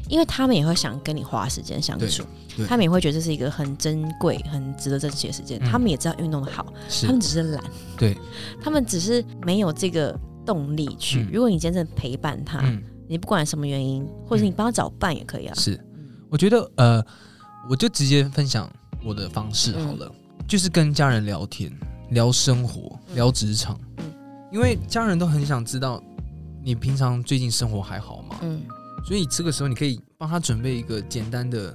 Speaker 1: 因为他们也会想跟你花时间相
Speaker 2: 对
Speaker 1: 处，
Speaker 2: 对
Speaker 1: 他们也会觉得这是一个很珍贵、很值得珍惜的时间。
Speaker 2: 嗯
Speaker 1: 他们也知道运动的好，
Speaker 2: 是
Speaker 1: 他们只是懒，
Speaker 2: 对，
Speaker 1: 他们只是没有这个动力去。
Speaker 2: 嗯
Speaker 1: 如果你今天真的陪伴他，
Speaker 2: 嗯
Speaker 1: 你不管什么原因，或者你帮他找伴也可以啊。
Speaker 2: 是
Speaker 1: 嗯，
Speaker 2: 我觉得呃，我就直接分享我的方式
Speaker 1: 嗯
Speaker 2: 好了，就是跟家人聊天，聊生活，
Speaker 1: 嗯
Speaker 2: 聊职场，
Speaker 1: 嗯
Speaker 2: 因为家人都很想知道你平常最近生活还好吗？
Speaker 1: 嗯
Speaker 2: 所以这个时候你可以帮他准备一个简单的，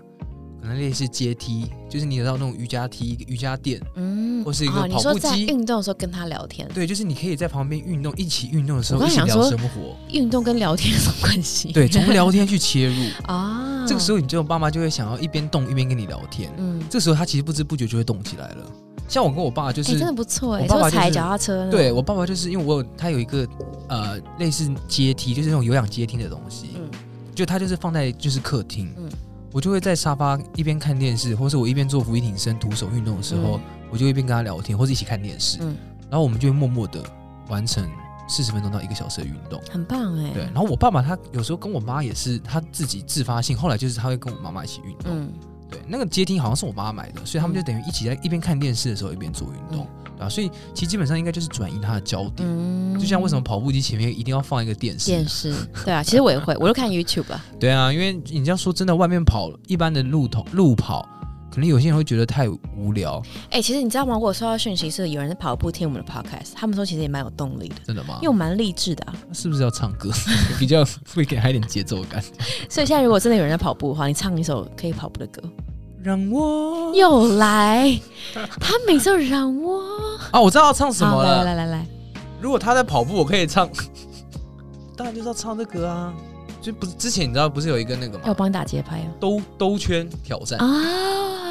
Speaker 2: 可能类似阶梯，就是你知道那种瑜伽梯、瑜伽垫，
Speaker 1: 嗯，
Speaker 2: 或是一个
Speaker 1: 哦，你
Speaker 2: 跑
Speaker 1: 说
Speaker 2: 步
Speaker 1: 在
Speaker 2: 机
Speaker 1: 运动的时候跟他聊天，
Speaker 2: 对，就是你可以在旁边运动，一起运动的时
Speaker 1: 我
Speaker 2: 候
Speaker 1: 刚
Speaker 2: 一起
Speaker 1: 想
Speaker 2: 聊
Speaker 1: 说
Speaker 2: 生活，
Speaker 1: 运动跟聊天有什么关系？
Speaker 2: 对，
Speaker 1: [laughs]
Speaker 2: 从聊天去切入，
Speaker 1: 啊，
Speaker 2: 这个时
Speaker 1: 候，
Speaker 2: 候你就爸妈就会想要一边动一边跟你聊天，
Speaker 1: 嗯，
Speaker 2: 这时候他其实不知不觉就会动起来了。像我跟我爸就
Speaker 1: 哎、
Speaker 2: 是，
Speaker 1: 真的不错哎、
Speaker 2: 我爸爸
Speaker 1: 就踩
Speaker 2: 就是
Speaker 1: 脚踏车那种，
Speaker 2: 对我爸爸就是因为我有他有一个呃类似阶梯，就是那种有氧阶梯的东西，
Speaker 1: 嗯
Speaker 2: 就他就是放在就是客厅，
Speaker 1: 嗯
Speaker 2: 我就会在沙发一边看电视，或是我一边做俯卧撑、徒手运动的时候，我就一边跟他聊天，或者一起看电视，
Speaker 1: 嗯
Speaker 2: 然后我们就会默默的完成四十分钟到一个小时的运动。
Speaker 1: 很棒哎、
Speaker 2: 对，然后我爸爸他有时候跟我妈也是他自己自发性，后来就是他会跟我妈妈一起运动。
Speaker 1: 嗯
Speaker 2: 对，那个阶梯好像是我妈买的，所以他们
Speaker 1: 嗯
Speaker 2: 就等于一起在一边看电视的时候一边做运动，对啊吧、所以其实基本上应该就是转移他的焦点。
Speaker 1: 嗯，
Speaker 2: 就像为什么跑步机前面一定要放一个电视？
Speaker 1: 电视？对啊，其实我
Speaker 2: [laughs]
Speaker 1: 也会，我都看 YouTube 啊，
Speaker 2: 对啊，因为你这样说真的，外面跑一般的路头路跑，可能有些人会觉得太无聊，
Speaker 1: 哎、其实你知道吗？我有收到讯息是有人在跑步听我们的 Podcast，他们说其实也蛮有动力的。
Speaker 2: 真的吗
Speaker 1: 因为？我蛮励志的、啊，
Speaker 2: 是不是要唱歌 [laughs] 比较会给他一点节奏感？
Speaker 1: 所以现在如果真的有人在跑步的话，你唱一首可以跑步的歌。
Speaker 2: 让我
Speaker 1: 又来，他每次都让我
Speaker 2: 啊，我知道要唱 [laughs] 什么
Speaker 1: 好来来
Speaker 2: 了。
Speaker 1: 来来来，
Speaker 2: 如果他在跑步，我可以唱，当然就是要唱这个啊。就不是之前你知道不是有一个那个
Speaker 1: 要我
Speaker 2: 吗？
Speaker 1: 帮你打节拍哦。
Speaker 2: 兜兜圈挑战。
Speaker 1: 啊，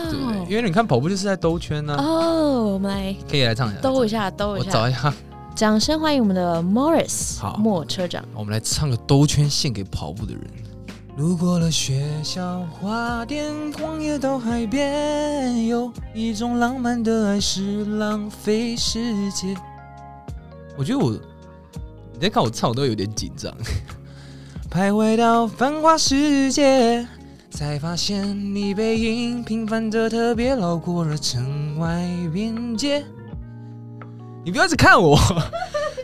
Speaker 2: 对不呃对？因为你看跑步就是在兜圈呢、
Speaker 1: 哦，我们来
Speaker 2: 可以来唱一下，
Speaker 1: 兜一
Speaker 2: 下，
Speaker 1: 下，兜
Speaker 2: 我
Speaker 1: 一下。
Speaker 2: 找一下，
Speaker 1: 掌声欢迎我们的 Morris
Speaker 2: 好
Speaker 1: 莫车长。
Speaker 2: 我们来唱个兜圈献给跑步的人。路过了学校、花店、荒野到海边，有一种浪漫的爱是浪费世界。我觉得我，你在看我唱，我都有点紧张。徘徊到繁华世界，才发现你背影平凡的特别，绕过了城外边界。你不要一直看我，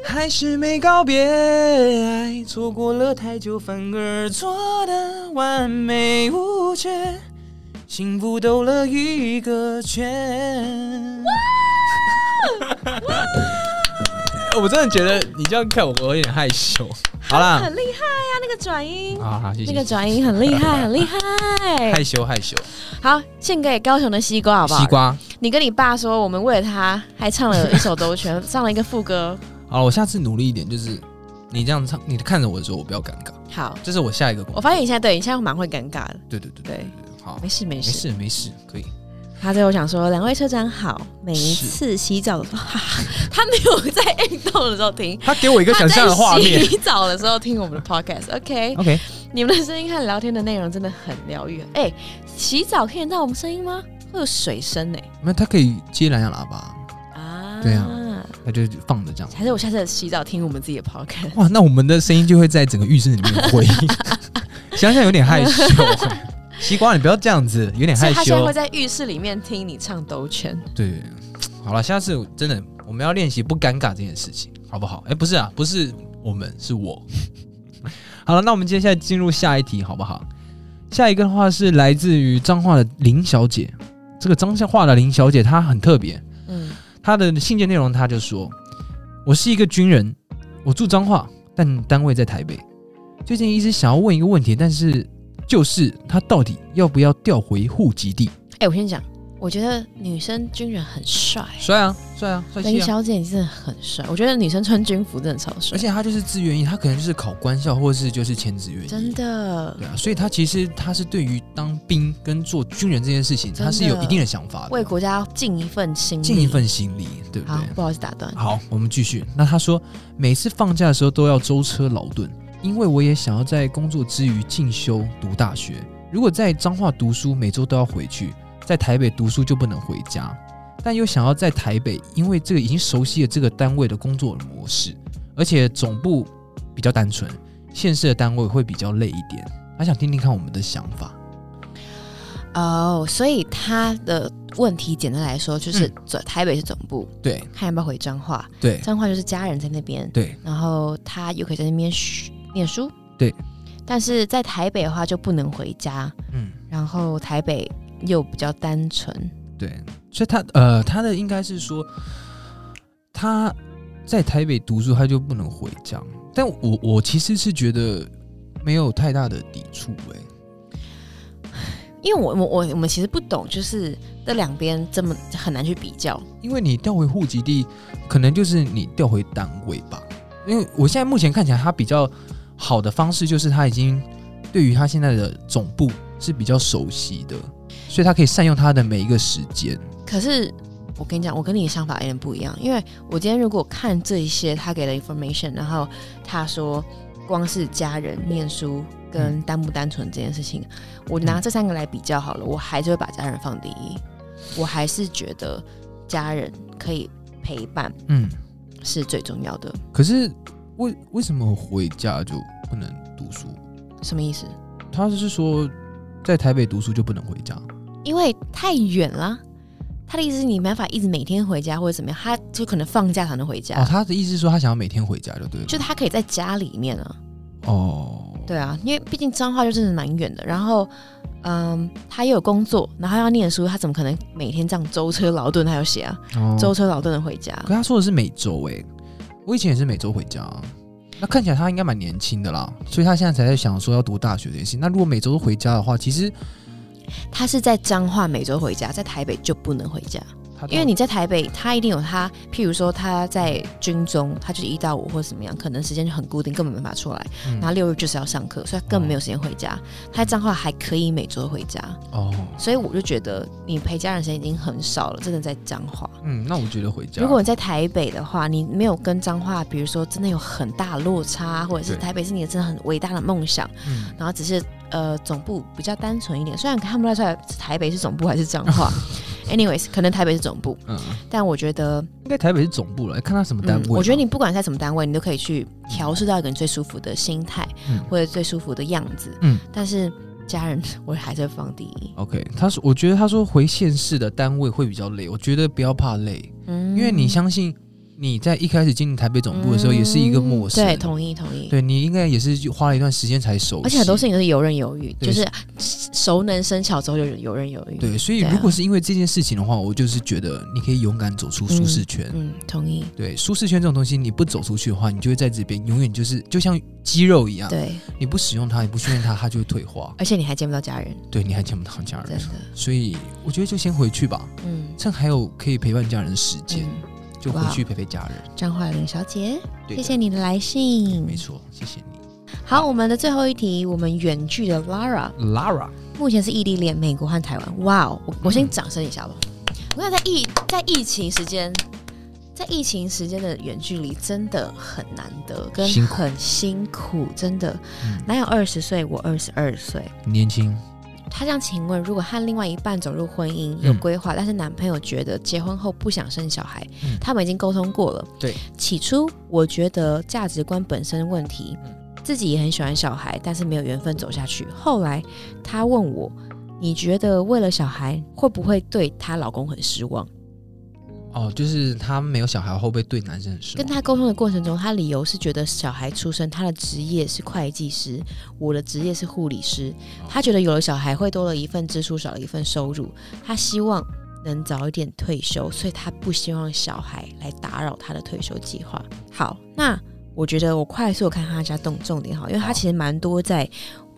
Speaker 2: 还是没告别，爱错过了太久，反而错的完美无缺，幸福兜了一个圈。我真的觉得你这样看我，我有点害羞。好啦，
Speaker 1: 很厉害呀、那个转音，
Speaker 2: 好好，谢谢。
Speaker 1: 那个转音很厉害，很厉害。
Speaker 2: [laughs] 害羞害羞，
Speaker 1: 好，献给高雄的西瓜好不好？
Speaker 2: 西，瓜。
Speaker 1: 你跟你爸说，我们为了他还唱了一首兜
Speaker 2: [laughs]
Speaker 1: 圈，唱了一个副歌。
Speaker 2: 好了，我下次努力一点，就是你这样唱，你看着我的时候，我不要尴尬，
Speaker 1: 好，
Speaker 2: 这是我下一个工
Speaker 1: 我
Speaker 2: 作。
Speaker 1: 发现你现在对你现在蛮会尴尬的，
Speaker 2: 对对哦对
Speaker 1: 对
Speaker 2: 对，好，
Speaker 1: 没事没
Speaker 2: 没
Speaker 1: 事。
Speaker 2: 事没事，可以。
Speaker 1: 他最后想说，两位车长好，每一
Speaker 2: 是
Speaker 1: 次洗澡的时候， [laughs] 哈哈他没有在运动的时候听，
Speaker 2: 他给我一个想象的画
Speaker 1: 他在
Speaker 2: 面。
Speaker 1: 洗澡的时候听我们的 podcast。OK，
Speaker 2: OK，
Speaker 1: 你们的声音和聊天的内容真的很疗愈。哎、洗澡可以听到我们声音吗？会有水声呢、
Speaker 2: 那他可以接蓝牙喇叭，
Speaker 1: 啊，
Speaker 2: 对啊，他就放着这样。
Speaker 1: 还是我下次洗澡听我们自己的
Speaker 2: [laughs]
Speaker 1: podcast。
Speaker 2: 哇，那我们的声音就会在整个浴室里面
Speaker 1: [laughs]
Speaker 2: 回音，想想有点害羞。西瓜，你不要这样子，有点
Speaker 1: 所
Speaker 2: 哎害
Speaker 1: 以他现在
Speaker 2: 羞
Speaker 1: 会。在浴室里面听你唱兜圈。
Speaker 2: 对，好了，下次我真的我们要练习不尴尬这件事情，好不好？哎、不是啊，不是我们，是我。 [laughs] 好了，那我们接下来进入下一题，好不好？下一个的话是来自于彰化的林小姐，这个彰化的林小姐她很特别，
Speaker 1: 嗯，
Speaker 2: 他的信件内容，他就说：“我是一个军人，我住彰化，但单位在台北。最近一直想要问一个问题，但是就是他到底要不要调回户籍地？
Speaker 1: 哎、我先讲，我觉得女生军人很帅。
Speaker 2: 帅啊，帅啊，帅
Speaker 1: 林
Speaker 2: 气啊！
Speaker 1: 小姐，你真的很帅！我觉得女生穿军服真的超帅
Speaker 2: 而，且他就是自愿役，他可能就是考官校，或是就是前职愿役。
Speaker 1: 真的
Speaker 2: 对啊，所以他其实他是对于当兵跟做军人这件事情，
Speaker 1: 真的
Speaker 2: 他是有一定的想法
Speaker 1: 为
Speaker 2: 的，
Speaker 1: 国家尽一份心力，
Speaker 2: 尽一份心力，对不
Speaker 1: 好
Speaker 2: 对？”，
Speaker 1: 不好意思打断。
Speaker 2: 好，我们继续。那他说，每次放假的时候都要舟车劳顿，因为我也想要在工作之余进修读大学。如果在彰化读书，每周都要回去；在台北读书就不能回家，但又想要在台北，因为这个已经熟悉了这个单位的工作模式，而且总部比较单纯，县市的单位会比较累一点。还想听听看我们的想法。
Speaker 1: 哦，所以他的问题简单来说就是，总台北是总部，
Speaker 2: 对
Speaker 1: 看要不要回彰化。
Speaker 2: 嗯对
Speaker 1: 彰化就是家人在那边，
Speaker 2: 对
Speaker 1: 然后他又可以在那边学念书。
Speaker 2: 对，
Speaker 1: 但是在台北的话就不能回家，
Speaker 2: 嗯，
Speaker 1: 然后台北又比较单纯。
Speaker 2: 对，所以他呃，他的应该是说他在台北读书，他就不能回家。但我我其实是觉得没有太大的抵触、哎，
Speaker 1: 因为我我我我们其实不懂，就是这两边这么很难去比较。
Speaker 2: 因为你调回户籍地，可能就是你调回单位吧。因为我现在目前看起来，他比较好的方式就是他已经对于他现在的总部是比较熟悉的，所以他可以善用他的每一个时间。
Speaker 1: 可是我跟你讲，我跟你的想法有点不一样，因为我今天如果看这一些他给的 information，然后他说光是家人念书跟单不单纯这件事情，我拿这三个来比较好了，我还是会把家人放第一，我还是觉得家人可以陪伴
Speaker 2: 嗯，
Speaker 1: 是最重要的。
Speaker 2: 可是为为什么回家就不能读书？
Speaker 1: 什么意思？
Speaker 2: 他是说在台北读书就不能回家。
Speaker 1: 因为太远啦。他的意思是你没办法一直每天回家或者怎么样，他就可能放假才能回家，
Speaker 2: 哦，他的意思是说他想要每天回家就对了。
Speaker 1: 啊就他可以在家里面啊。
Speaker 2: 哦，
Speaker 1: 对啊，因为毕竟彰化就真的蛮远的，然后，嗯，他又有工作，然后要念书，他怎么可能每天这样舟车劳顿？他有写啊，
Speaker 2: 哦
Speaker 1: 舟车劳顿的回家。
Speaker 2: 可他说的是每周哎、我以前也是每周回家、啊。那看起来他应该蛮年轻的啦，所以他现在才在想说要读大学这件事。那如果每周都回家的话，其实
Speaker 1: 他是在彰化每周回家，在台北就不能回家，
Speaker 2: 他
Speaker 1: 因为你在台北，他一定有他，譬如说他在军中，他就是一到五或怎么样，可能时间就很固定，根本没法出来。
Speaker 2: 嗯
Speaker 1: 然后六日就是要上课，所以他根本没有时间回家。他在彰化还可以每周回家，
Speaker 2: 哦，
Speaker 1: 所以我就觉得你陪家人时间已经很少了，真的在彰化。
Speaker 2: 嗯，那我觉得回家，
Speaker 1: 如果你在台北的话，你没有跟彰化，比如说真的有很大的落差，或者是
Speaker 2: 对
Speaker 1: 台北是你的真的很伟大的梦想，
Speaker 2: 嗯
Speaker 1: 然后只是呃总部比较单纯一点，虽然看不太出来台北是总部还是彰
Speaker 2: [laughs]
Speaker 1: 化，anyways，可能台北是总部，
Speaker 2: 嗯，
Speaker 1: 但我觉得，
Speaker 2: 应该台北是总部了，看他什么单位啊
Speaker 1: 嗯
Speaker 2: 嘛、，
Speaker 1: 我觉得你不管在什么单位，你都可以去调试到一个你最舒服的心态、
Speaker 2: 嗯
Speaker 1: 或者最舒服的样子，
Speaker 2: 嗯
Speaker 1: 但是家人我还是会放第一，
Speaker 2: OK，他说，我觉得他说回县市的单位会比较累，我觉得不要怕累，
Speaker 1: 嗯
Speaker 2: 因为你相信你在一开始进台北总部的时候也是一个陌生，
Speaker 1: 对，同意同意，
Speaker 2: 对你应该也是花了一段时间才熟悉，
Speaker 1: 而且很多事情都是游刃有余，
Speaker 2: 对
Speaker 1: 就是熟能生巧之后就游刃有余。
Speaker 2: 对，所以
Speaker 1: 对啊
Speaker 2: 如果是因为这件事情的话，我就是觉得你可以勇敢走出舒适圈。
Speaker 1: 嗯，同意。
Speaker 2: 对，舒适圈这种东西，你不走出去的话，你就会在这边永远就是就像肌肉一样，
Speaker 1: 对，
Speaker 2: 你不使用它，你不训练它，它就会退化。
Speaker 1: 而且你还见不到家人，
Speaker 2: 对，你还见不到家
Speaker 1: 真
Speaker 2: 人，
Speaker 1: 的。
Speaker 2: 所以我觉得就先回去吧，
Speaker 1: 嗯，
Speaker 2: 趁还有可以陪伴家人的时间，
Speaker 1: 嗯，
Speaker 2: 就回
Speaker 1: 哇
Speaker 2: 去陪陪家人。
Speaker 1: 张怀玲小姐，
Speaker 2: 对
Speaker 1: 谢
Speaker 2: 的
Speaker 1: 谢你的来信
Speaker 2: 没。错，谢谢你
Speaker 1: 好，我们的最后一题，我们远距的 Lara
Speaker 2: ，Lara。
Speaker 1: 目前是异地恋，美国和台湾。哇哦，我我先
Speaker 2: 嗯
Speaker 1: 掌声一下吧。我想在疫在疫情时间。在疫情时间的远距离真的很难得，跟
Speaker 2: 辛苦
Speaker 1: 很辛苦，真的。
Speaker 2: 嗯，
Speaker 1: 哪有二十岁？我二十二岁，
Speaker 2: 年轻，
Speaker 1: 他想请问，如果和另外一半走入婚姻有
Speaker 2: 嗯
Speaker 1: 规划，但是男朋友觉得结婚后不想生小孩，
Speaker 2: 嗯
Speaker 1: 他们已经沟通过了。
Speaker 2: 对，
Speaker 1: 起初我觉得价值观本身问题，
Speaker 2: 嗯
Speaker 1: 自己也很喜欢小孩，但是没有缘分走下去。后来他问我，你觉得为了小孩会不会对她老公很失望？
Speaker 2: 哦，就是他没有小孩会不会对男生很失
Speaker 1: 跟
Speaker 2: 望？
Speaker 1: 他沟通的过程中，他理由是觉得小孩出生，他的职业是会计师，我的职业是护理师。
Speaker 2: 哦
Speaker 1: 他觉得有了小孩会多了一份支出，少了一份收入。他希望能早一点退休，所以他不希望小孩来打扰他的退休计划。好，那我觉得我快速地看他家重重点好，因为他
Speaker 2: 好
Speaker 1: 其实蛮多在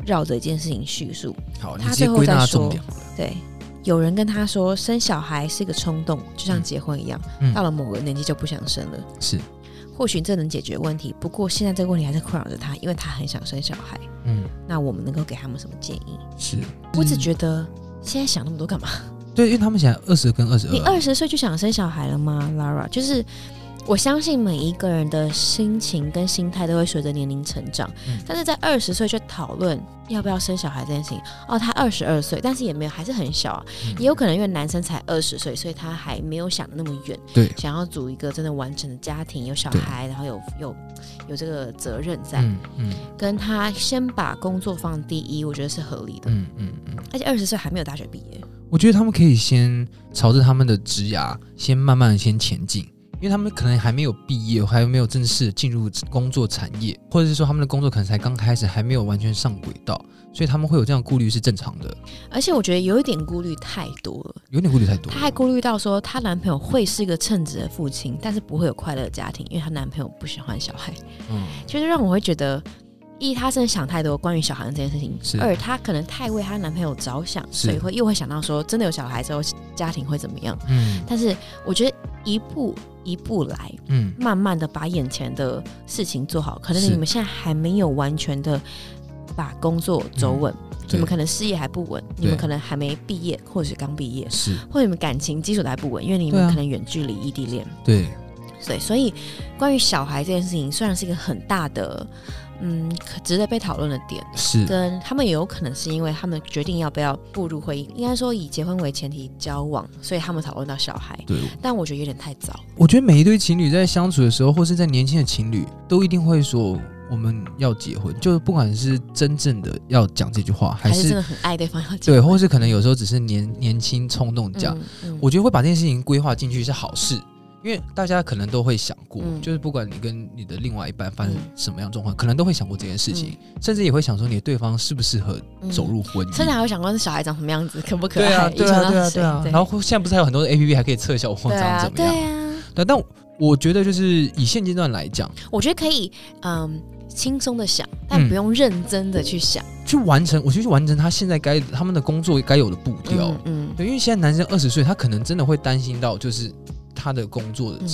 Speaker 1: 绕着一件事情叙述。
Speaker 2: 好，你
Speaker 1: 他
Speaker 2: 直接
Speaker 1: 最后
Speaker 2: 归纳
Speaker 1: 再
Speaker 2: 重
Speaker 1: 说
Speaker 2: 点好了。
Speaker 1: 对，有人跟他说生小孩是个冲动，就像
Speaker 2: 嗯
Speaker 1: 结婚一样，
Speaker 2: 嗯
Speaker 1: 到了某个年纪就不想生了。
Speaker 2: 是，
Speaker 1: 或许这能解决问题，不过现在这个问题还是困扰着他，因为他很想生小孩。
Speaker 2: 嗯，
Speaker 1: 那我们能够给他们什么建议？
Speaker 2: 是。
Speaker 1: 我
Speaker 2: 嗯
Speaker 1: 只觉得现在想那么多干嘛？
Speaker 2: 对，因为他们现在二十跟二十啊
Speaker 1: 你
Speaker 2: 二，
Speaker 1: 二十岁就想生小孩了吗，Lara？就是我相信每一个人的心情跟心态都会随着年龄成长，
Speaker 2: 嗯
Speaker 1: 但是在二十岁却讨论要不要生小孩这件事情，哦，他二十二岁，但是也没有，还是很小啊，
Speaker 2: 嗯
Speaker 1: 也有可能因为男生才二十岁，所以他还没有想得那么远，
Speaker 2: 对
Speaker 1: 想要组一个真的完整的家庭，有小
Speaker 2: 对
Speaker 1: 孩，然后有有有这个责任在，
Speaker 2: 嗯嗯
Speaker 1: 跟他先把工作放第一，我觉得是合理的，
Speaker 2: 嗯嗯嗯，
Speaker 1: 而且二十岁还没有大学毕业，
Speaker 2: 我觉得他们可以先朝着他们的职涯先慢慢的先前进，因为他们可能还没有毕业，还没有正式进入工作产业，或者是说他们的工作可能才刚开始，还没有完全上轨道，所以他们会有这样的顾虑是正常的，
Speaker 1: 而且我觉得有一点顾虑太多了。
Speaker 2: 有点顾虑太多
Speaker 1: 她。还顾虑到说，她男朋友会是一个称职的父亲，但是不会有快乐的家庭，因为她男朋友不喜欢小孩，
Speaker 2: 嗯，
Speaker 1: 就是让我会觉得，一她真的想太多关于小孩这件事情
Speaker 2: 是，
Speaker 1: 二她可能太为她男朋友着想，
Speaker 2: 是
Speaker 1: 所以会又会想到说，真的有小孩之后家庭会怎么样？
Speaker 2: 嗯
Speaker 1: 但是我觉得一步一步来，
Speaker 2: 嗯
Speaker 1: 慢慢的把眼前的事情做好，可能
Speaker 2: 是
Speaker 1: 你们现在还没有完全的把工作走稳，你
Speaker 2: 嗯对
Speaker 1: 们可能事业还不稳，你们
Speaker 2: 对
Speaker 1: 可能还没毕业，或者是刚毕业，
Speaker 2: 是
Speaker 1: 或者你们感情基础都还不稳，因为你
Speaker 2: 对啊
Speaker 1: 们可能远距离异地恋，
Speaker 2: 对，
Speaker 1: 对，所以关于小孩这件事情，虽然是一个很大的，嗯，可值得被讨论的点，
Speaker 2: 是
Speaker 1: 跟他们也有可能是因为他们决定要不要步入婚姻，应该说以结婚为前提交往，所以他们讨论到小孩，
Speaker 2: 对。
Speaker 1: 但我觉得有点太早，
Speaker 2: 我觉得每一对情侣在相处的时候，或是在年轻的情侣，都一定会说我们要结婚，就是不管是真正的要讲这句话，还
Speaker 1: 还是真
Speaker 2: 是
Speaker 1: 的很爱对方要结
Speaker 2: 对，
Speaker 1: 婚，
Speaker 2: 或是可能有时候只是年年轻冲动讲。
Speaker 1: 嗯，嗯
Speaker 2: 我觉得会把这件事情规划进去是好事，因为大家可能都会想过，
Speaker 1: 嗯
Speaker 2: 就是不管你跟你的另外一半发生什么样的状况，可能都会想过这件事情，甚至也会想说你的对方适不适合走入婚
Speaker 1: 嗯甚至
Speaker 2: 姻。
Speaker 1: 还会想问小孩长什么样子，可不可
Speaker 2: 对
Speaker 1: 爱，
Speaker 2: 啊，对啊，对啊，对啊。然
Speaker 1: 后
Speaker 2: 后现在不是还有很多 A P P 还可以测小红
Speaker 1: 对
Speaker 2: 长
Speaker 1: 啊
Speaker 2: 怎，么
Speaker 1: 对
Speaker 2: 样？
Speaker 1: 啊。
Speaker 2: 对，但我觉得就是以现阶段来讲，
Speaker 1: 我觉得可以，嗯，轻松的想，但
Speaker 2: 嗯
Speaker 1: 不用认真的去想。
Speaker 2: 去完成，我就去完成他现在该他们的工作该有的步调。
Speaker 1: 嗯嗯
Speaker 2: 对，因为现在男生二十岁，他可能真的会担心到，就是他的工作
Speaker 1: 嗯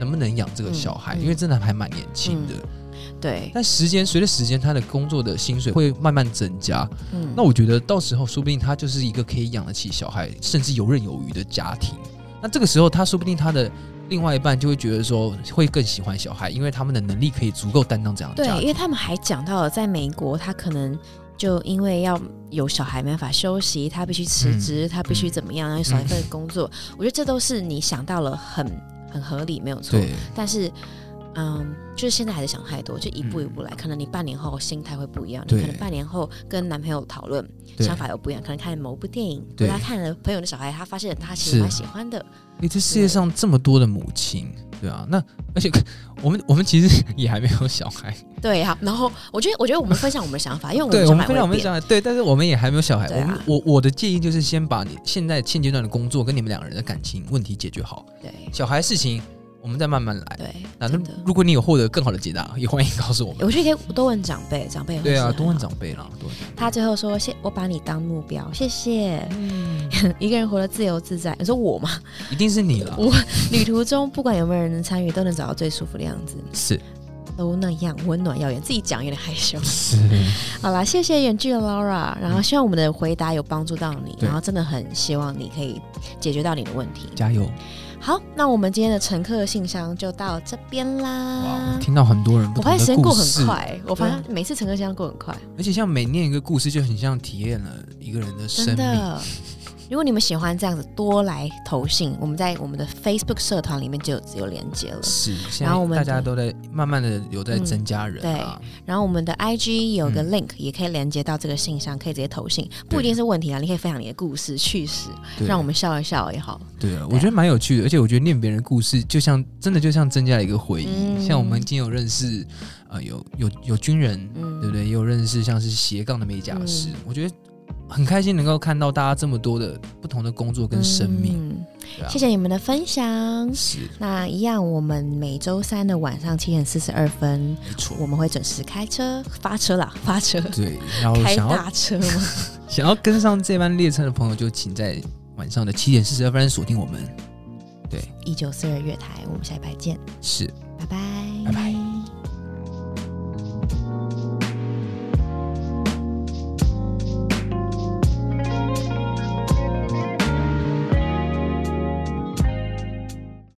Speaker 2: 能不能养这个小孩，
Speaker 1: 嗯嗯嗯
Speaker 2: 因为真的还蛮年轻的。
Speaker 1: 对，
Speaker 2: 但时间随着时间，他的工作的薪水会慢慢增加。
Speaker 1: 嗯，
Speaker 2: 那我觉得到时候说不定他就是一个可以养得起小孩，甚至游刃有余的家庭。那这个时候，他说不定他的另外一半就会觉得说会更喜欢小孩，因为他们的能力可以足够担当这样的
Speaker 1: 对
Speaker 2: 家，
Speaker 1: 因
Speaker 2: 庭。
Speaker 1: 为他们还讲到了，在美国，他可能就因为要有小孩没办法休息，他必须辞
Speaker 2: 嗯
Speaker 1: 职，他必须怎么样，然后少一份工作。我觉得这都是你想到了很很合理，没有错。
Speaker 2: 对，
Speaker 1: 但是，嗯，就是现在还是想太多，就一步一步来。可能你半年后心态会不一样，你
Speaker 2: 嗯对
Speaker 1: 可能半年后跟男朋友讨论
Speaker 2: 对
Speaker 1: 想法又不一样，可能看某部电影，或
Speaker 2: 对
Speaker 1: 者他看了朋友的小孩，他发现他其
Speaker 2: 是
Speaker 1: 实蛮喜欢的。
Speaker 2: 诶、这世界上这么多的母亲，对啊，那而且 [laughs] 我们我们其实 [laughs] 也还没有小孩，
Speaker 1: 对啊，然后我觉得，我觉得我们分享我们的想法，因为我们
Speaker 2: 对，
Speaker 1: 的
Speaker 2: 我
Speaker 1: 想法也
Speaker 2: 们非常我
Speaker 1: 会
Speaker 2: 们
Speaker 1: 变。
Speaker 2: 想对，但是我们也还没有小孩。
Speaker 1: 对啊
Speaker 2: 我们我我的建议就是先把你现在现阶段的工作跟你们两个人的感情问题解决好，
Speaker 1: 对
Speaker 2: 小孩事情我们再慢慢来。
Speaker 1: 对，
Speaker 2: 那
Speaker 1: 真的。
Speaker 2: 如果你有获得更好的解答，也欢迎告诉我们。
Speaker 1: 我觉得可以多问长辈，长辈也会
Speaker 2: 对啊，
Speaker 1: 是很
Speaker 2: 多问
Speaker 1: 好。
Speaker 2: 长辈啦，多问长辈。
Speaker 1: 他最后说：“谢，我把你当目标，谢谢。
Speaker 2: 嗯，
Speaker 1: 一个人活得自由自在，你说我
Speaker 2: [laughs]
Speaker 1: 嘛，
Speaker 2: 一定是你了。
Speaker 1: 我旅途中不管有没有人能参与，都能找到最舒服的样子，
Speaker 2: 是
Speaker 1: 都那样温暖耀眼。自己讲有点害
Speaker 2: [laughs]
Speaker 1: 羞。
Speaker 2: 是，
Speaker 1: 好啦，谢谢远距的 Laura，然后希望我们的回答有帮助到你，
Speaker 2: 对
Speaker 1: 然后真的很希望你可以解决到你的问题。
Speaker 2: 加油！
Speaker 1: 好，那我们今天的乘客信箱就到这边
Speaker 2: 哇，
Speaker 1: 啦
Speaker 2: 我。听到很多人
Speaker 1: 嗯
Speaker 2: 不
Speaker 1: 我发
Speaker 2: 同
Speaker 1: 现时
Speaker 2: 的
Speaker 1: 间过
Speaker 2: 故
Speaker 1: 很
Speaker 2: 事，啊
Speaker 1: 快，我发现每次乘客信箱过很快，
Speaker 2: 而且像每念一个故事，就很像体验了一个人的生
Speaker 1: 真
Speaker 2: 命。
Speaker 1: 的。如果你们喜欢这样子，多来投信，我们在我们的 Facebook 社团里面就有只有连接了。
Speaker 2: 是，现
Speaker 1: 然后我
Speaker 2: 在
Speaker 1: 们嗯
Speaker 2: 大
Speaker 1: 的
Speaker 2: 家都在慢慢的有在增加人啊，
Speaker 1: 然后我们的 IG 有个
Speaker 2: 嗯
Speaker 1: link，、也可以连接到这个信箱，可以直接投信，
Speaker 2: 对
Speaker 1: 不一定是问题啊，你可以分享你的故事、趣事，
Speaker 2: 对
Speaker 1: 让我们笑一笑也好。
Speaker 2: 对啊，我觉得蛮有趣的，而且我觉得念别人的故事，就像真的就像增加了一个回忆。
Speaker 1: 嗯
Speaker 2: 像我们今天有认识，呃，有有有军人，
Speaker 1: 嗯，
Speaker 2: 对不对？也有认识像是斜杠的美甲师，
Speaker 1: 嗯
Speaker 2: 我觉得很开心能够看到大家这么多的不同的工作跟生命。
Speaker 1: 嗯
Speaker 2: 对啊
Speaker 1: 谢谢你们的分享。
Speaker 2: 是
Speaker 1: 那一样，我们每周三的晚上七点四十二分，
Speaker 2: 没错，
Speaker 1: 我们会准时开车发车啦，发车，
Speaker 2: 对。然后
Speaker 1: 开
Speaker 2: 想要
Speaker 1: 大车吗？
Speaker 2: 想要跟上这班列车的朋友，就请在晚上的七点四十二分锁定我们。
Speaker 1: 一九四二月台，我们下一拜见，
Speaker 2: 是。
Speaker 1: 拜拜。